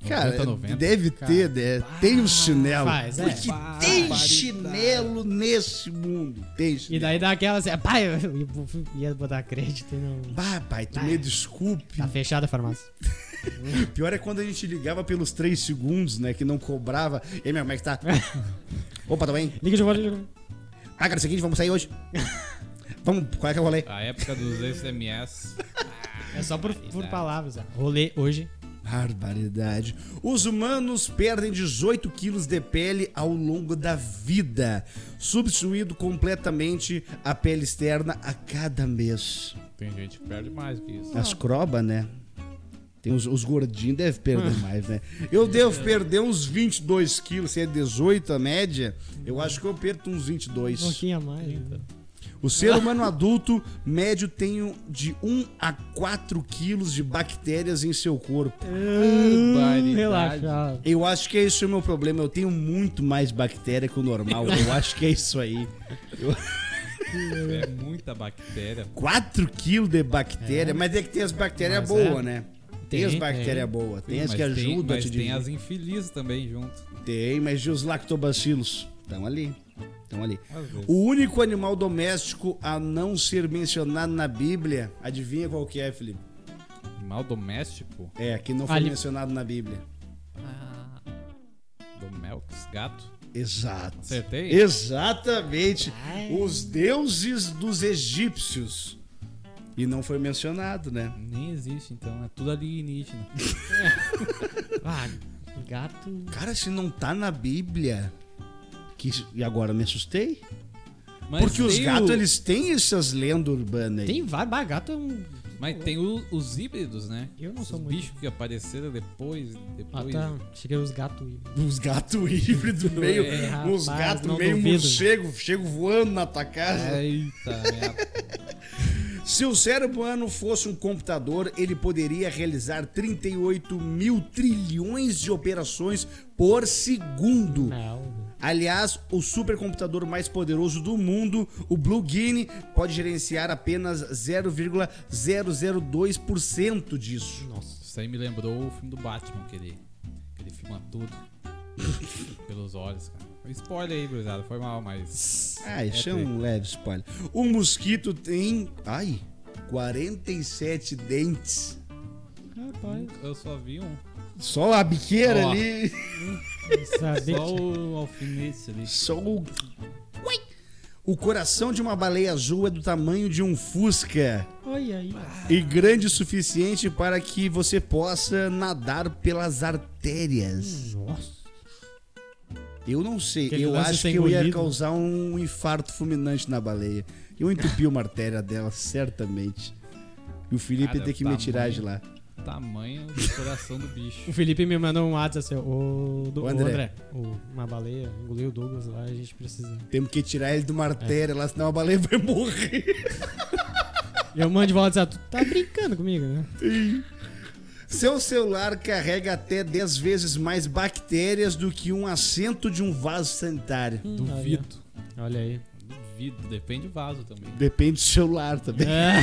S1: Cara,
S3: 90, 90.
S1: deve ter, né? tem o chinelo.
S2: faz, é.
S1: Porque
S3: Faz.
S1: tem
S3: Barbaridade.
S1: chinelo nesse mundo. Tem
S2: E
S1: chinelo.
S2: daí dá aquela assim, pai, eu eu ia botar crédito e não.
S1: Bah, pai, tu
S2: Ah.
S1: me desculpe.
S2: Tá fechada a farmácia.
S1: Pior é quando a gente ligava pelos 3 segundos, né? Que não cobrava. E aí, meu, como é que tá? Opa, tá bem?
S2: Liga de volta, liga de volta.
S1: Ah, cara, é o seguinte, vamos sair hoje. vamos, qual é que é o rolê?
S3: A época dos SMS.
S2: É só por, por palavras. ó. Rolê hoje.
S1: Barbaridade. Os humanos perdem 18 quilos de pele ao longo da vida, substituindo completamente a pele externa a cada mês.
S3: Tem gente que perde mais que isso.
S1: As croba, né? Tem os, os gordinhos devem perder mais, né? Eu devo perder uns 22 quilos, se é 18 a média, eu acho que eu perco uns
S2: Um
S1: 22.
S2: pouquinho a mais. né?
S1: O ser humano adulto médio tem um- de 1 a 4 quilos de bactérias em seu corpo. Hum,
S3: Barbaridade.
S2: Relaxado.
S1: Eu acho que é isso o meu problema. Eu tenho muito mais bactéria que o normal. Eu acho que é isso aí.
S3: É muita bactéria.
S1: 4 quilos de bactéria, mas é que tem as bactérias
S2: Mas
S1: boas,
S2: é.
S1: né? Tem,
S2: Tem,
S1: as bactérias boas, tem as
S3: Mas
S1: que ajudam a
S3: mas
S1: te
S3: tem
S1: dividir.
S3: as infelizes também junto.
S1: Tem, mas e os lactobacilos? Estão ali. Estão ali.
S3: Às vezes.
S1: O único animal doméstico a não ser mencionado na Bíblia, adivinha qual que é, Felipe?
S3: Animal doméstico.
S1: É, que não foi
S2: Ali-
S1: mencionado na Bíblia.
S2: Ah,
S3: Do Melks, gato.
S1: Exato.
S3: Acertei?
S1: Exatamente.
S2: Ai.
S1: Os deuses dos egípcios. E não foi mencionado, né?
S3: Nem existe, então. É tudo alienígena.
S2: Ah, gato.
S1: Cara, se não tá na Bíblia. Que, e agora eu me assustei?
S3: Mas
S1: Porque os
S3: tem
S1: gatos,
S3: o-
S1: eles têm essas lendas urbanas aí.
S2: Tem vários. Bah, gato é um.
S3: Mas tem o- os híbridos, né?
S4: Eu não
S3: Os
S4: sou muito.
S3: bichos que apareceram depois,
S4: Ah,
S3: depois.
S4: tá. Cheguei os gatos.
S3: Uh.
S4: híbridos.
S1: Uns gatos híbridos meio.
S4: É, rapaz,
S1: uns gatos
S4: não
S1: meio
S4: duvido.
S1: morcego, chego voando na tua casa.
S3: É. Eita, merda.
S1: Se o cérebro humano fosse um computador, ele poderia realizar 38 mil trilhões de operações por segundo.
S4: Não.
S1: Aliás, o supercomputador mais poderoso do mundo, o Blue Gene, pode gerenciar apenas 0,002% disso.
S4: Nossa.
S3: Isso aí me lembrou o filme do Batman, que ele, que ele filma tudo pelos olhos, cara. Spoiler aí, gurizada, foi mal, mas.
S1: Ah, isso é um leve spoiler. O mosquito tem. Ai! 47 dentes.
S2: Rapaz,
S3: Eu só vi um.
S1: Só a biqueira
S3: Ó.
S1: ali.
S4: Sabe?
S3: Só o alfinete ali.
S1: Só o. Ui! O coração de uma baleia azul é do tamanho de um fusca
S4: Olha aí.
S1: e grande o suficiente para que você possa nadar pelas artérias.
S4: Nossa.
S1: Eu não sei,
S4: Aquele
S1: eu
S4: lance
S1: acho
S4: sem
S1: que eu ia
S4: engolido.
S1: causar um infarto fulminante na baleia. Eu entupi uma artéria dela, certamente. E o Felipe
S3: Cara,
S1: ia ter que
S3: o
S1: me tirar
S3: tamanho.
S1: de lá.
S3: Tamanho do coração do bicho.
S2: o Felipe me mandou um WhatsApp assim, ô, do,
S1: Ô,
S2: ô,
S1: André.
S2: André, ô, uma baleia, engoliu o Douglas lá, a gente precisa.
S1: Temos que tirar ele de uma artéria lá, senão a baleia vai morrer.
S2: Eu mando de volta e tu tá brincando comigo, né?
S1: Seu celular carrega até 10 vezes mais bactérias do que um assento de um vaso sanitário.
S4: Hum,
S3: Duvido.
S2: Olha, olha aí.
S3: Duvido. Depende do vaso também.
S1: Depende do celular também.
S2: É,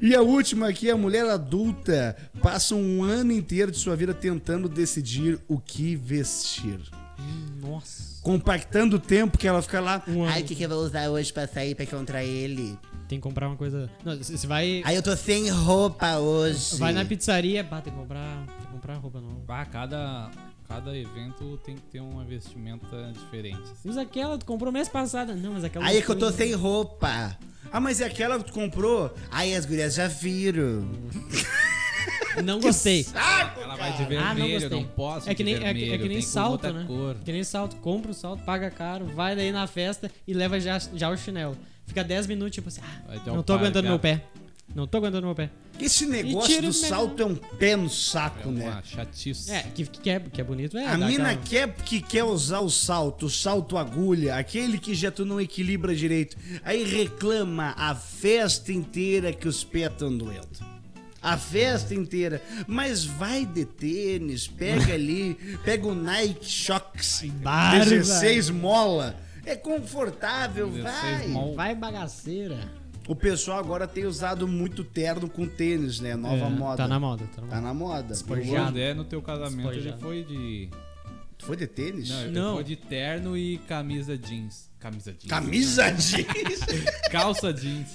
S1: E a última aqui, a mulher adulta passa um ano inteiro de sua vida tentando decidir o que vestir.
S4: olha. Nossa.
S1: Compactando o tempo que ela fica lá.
S2: um
S5: Ai,
S2: ano.
S5: o que, que eu vou usar hoje pra sair pra encontrar ele?
S2: Tem que comprar uma coisa. Não, você vai.
S5: Ai, eu tô sem roupa hoje.
S2: Vai na pizzaria, bah, tem que comprar. Tem que comprar roupa não.
S3: Ah, cada, cada evento tem que ter uma vestimenta diferente. assim.
S2: Usa aquela, tu comprou mês passado. Não, mas aquela.
S5: Ai, é que eu tô sem
S1: Opa! Ah, mas é aquela que tu comprou?
S5: Ai, as gurias já viram.
S2: Não gostei.
S3: Ela vai de
S2: Ah, não
S3: vermelho, eu
S2: gostei.
S3: não posso.
S2: É que nem,
S3: de
S2: é que,
S3: vermelho,
S2: é que
S3: tem
S2: nem
S3: com
S2: salto,
S3: outra
S2: né?
S3: Cor.
S2: Que nem salto, compra o salto, paga caro, vai daí na festa e leva já, já o chinelo. Fica 10 minutos, tipo assim, ah,
S3: Vai ter um
S2: não tô
S3: par,
S2: aguentando
S3: cara.
S2: meu pé. Não tô aguentando meu pé.
S1: Esse
S2: E
S1: negócio do
S2: tira o melhor.
S1: salto é um pé no
S3: É
S1: saco, né?
S3: uma chatice.
S2: É, que, que, é, que é bonito, é.
S1: A
S2: dá
S1: mina
S2: aquela-
S1: quer que quer usar o salto, o salto agulha, aquele que já tu não equilibra direito. Aí reclama a festa inteira que os pés estão doendo. A festa inteira. Mas vai de tênis, pega ali, pega o Nike Shox
S2: barba.
S1: 16 mola. É confortável,
S3: 16
S1: vai.
S3: mol.
S2: Vai bagaceira.
S1: O pessoal agora tem usado muito terno com tênis, né? Nova
S2: É,
S1: moda.
S2: Tá na moda, tá na
S1: Tá
S2: moda.
S1: na moda.
S3: O
S2: Forjado.
S3: André, no teu casamento, ele
S2: Espojado.
S3: foi de.
S1: Tu Foi de tênis?
S3: Não, ele
S2: Não.
S3: foi de terno e camisa jeans. Camisa jeans.
S1: Camisa jeans.
S3: Calça jeans.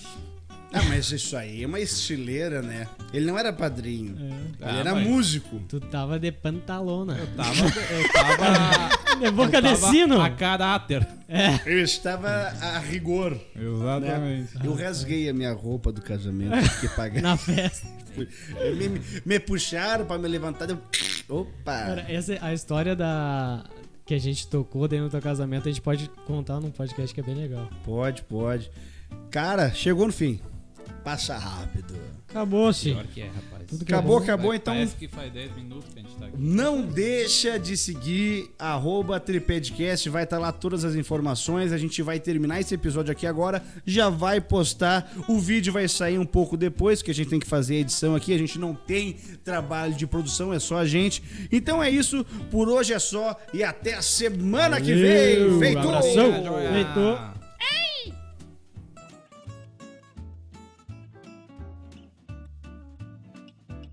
S1: Ah, mas isso aí é uma estileira, né? Ele não era padrinho. Ele
S3: Ah,
S1: era
S3: mas
S1: músico.
S2: Tu tava de pantalona.
S3: Tava, eu tava.
S2: De boca
S3: eu
S2: de
S3: tava
S2: sino.
S3: A caráter.
S1: Eu estava a rigor. né?
S3: Exatamente.
S1: Eu rasguei a minha roupa do casamento, porque pagaram.
S2: Na festa.
S1: Me, me- me puxaram pra me levantar. Eu... Opa!
S2: Cara, essa é a história da. Que a gente tocou dentro do teu casamento, a gente pode contar num podcast que é bem legal.
S1: Pode, pode. Cara, chegou no fim. Passa rápido.
S2: Acabou, sim.
S3: Pior que é, rapaz.
S2: Tudo que é
S1: Acabou,
S2: bom.
S1: acabou,
S3: Vai-
S1: então.
S3: Parece que faz 10 minutos que a gente tá aqui.
S1: Não deixa de seguir arroba Tripedcast, vai estar lá todas as informações. A gente vai terminar esse episódio aqui agora, já vai postar. O vídeo vai sair um pouco depois, que a gente tem que fazer a edição aqui. A gente não tem trabalho de produção, é só a gente. Então é isso, por hoje é só e até a semana que vem.
S2: Valeu,
S1: Feito!
S2: abração.
S3: Joia.
S2: Feito.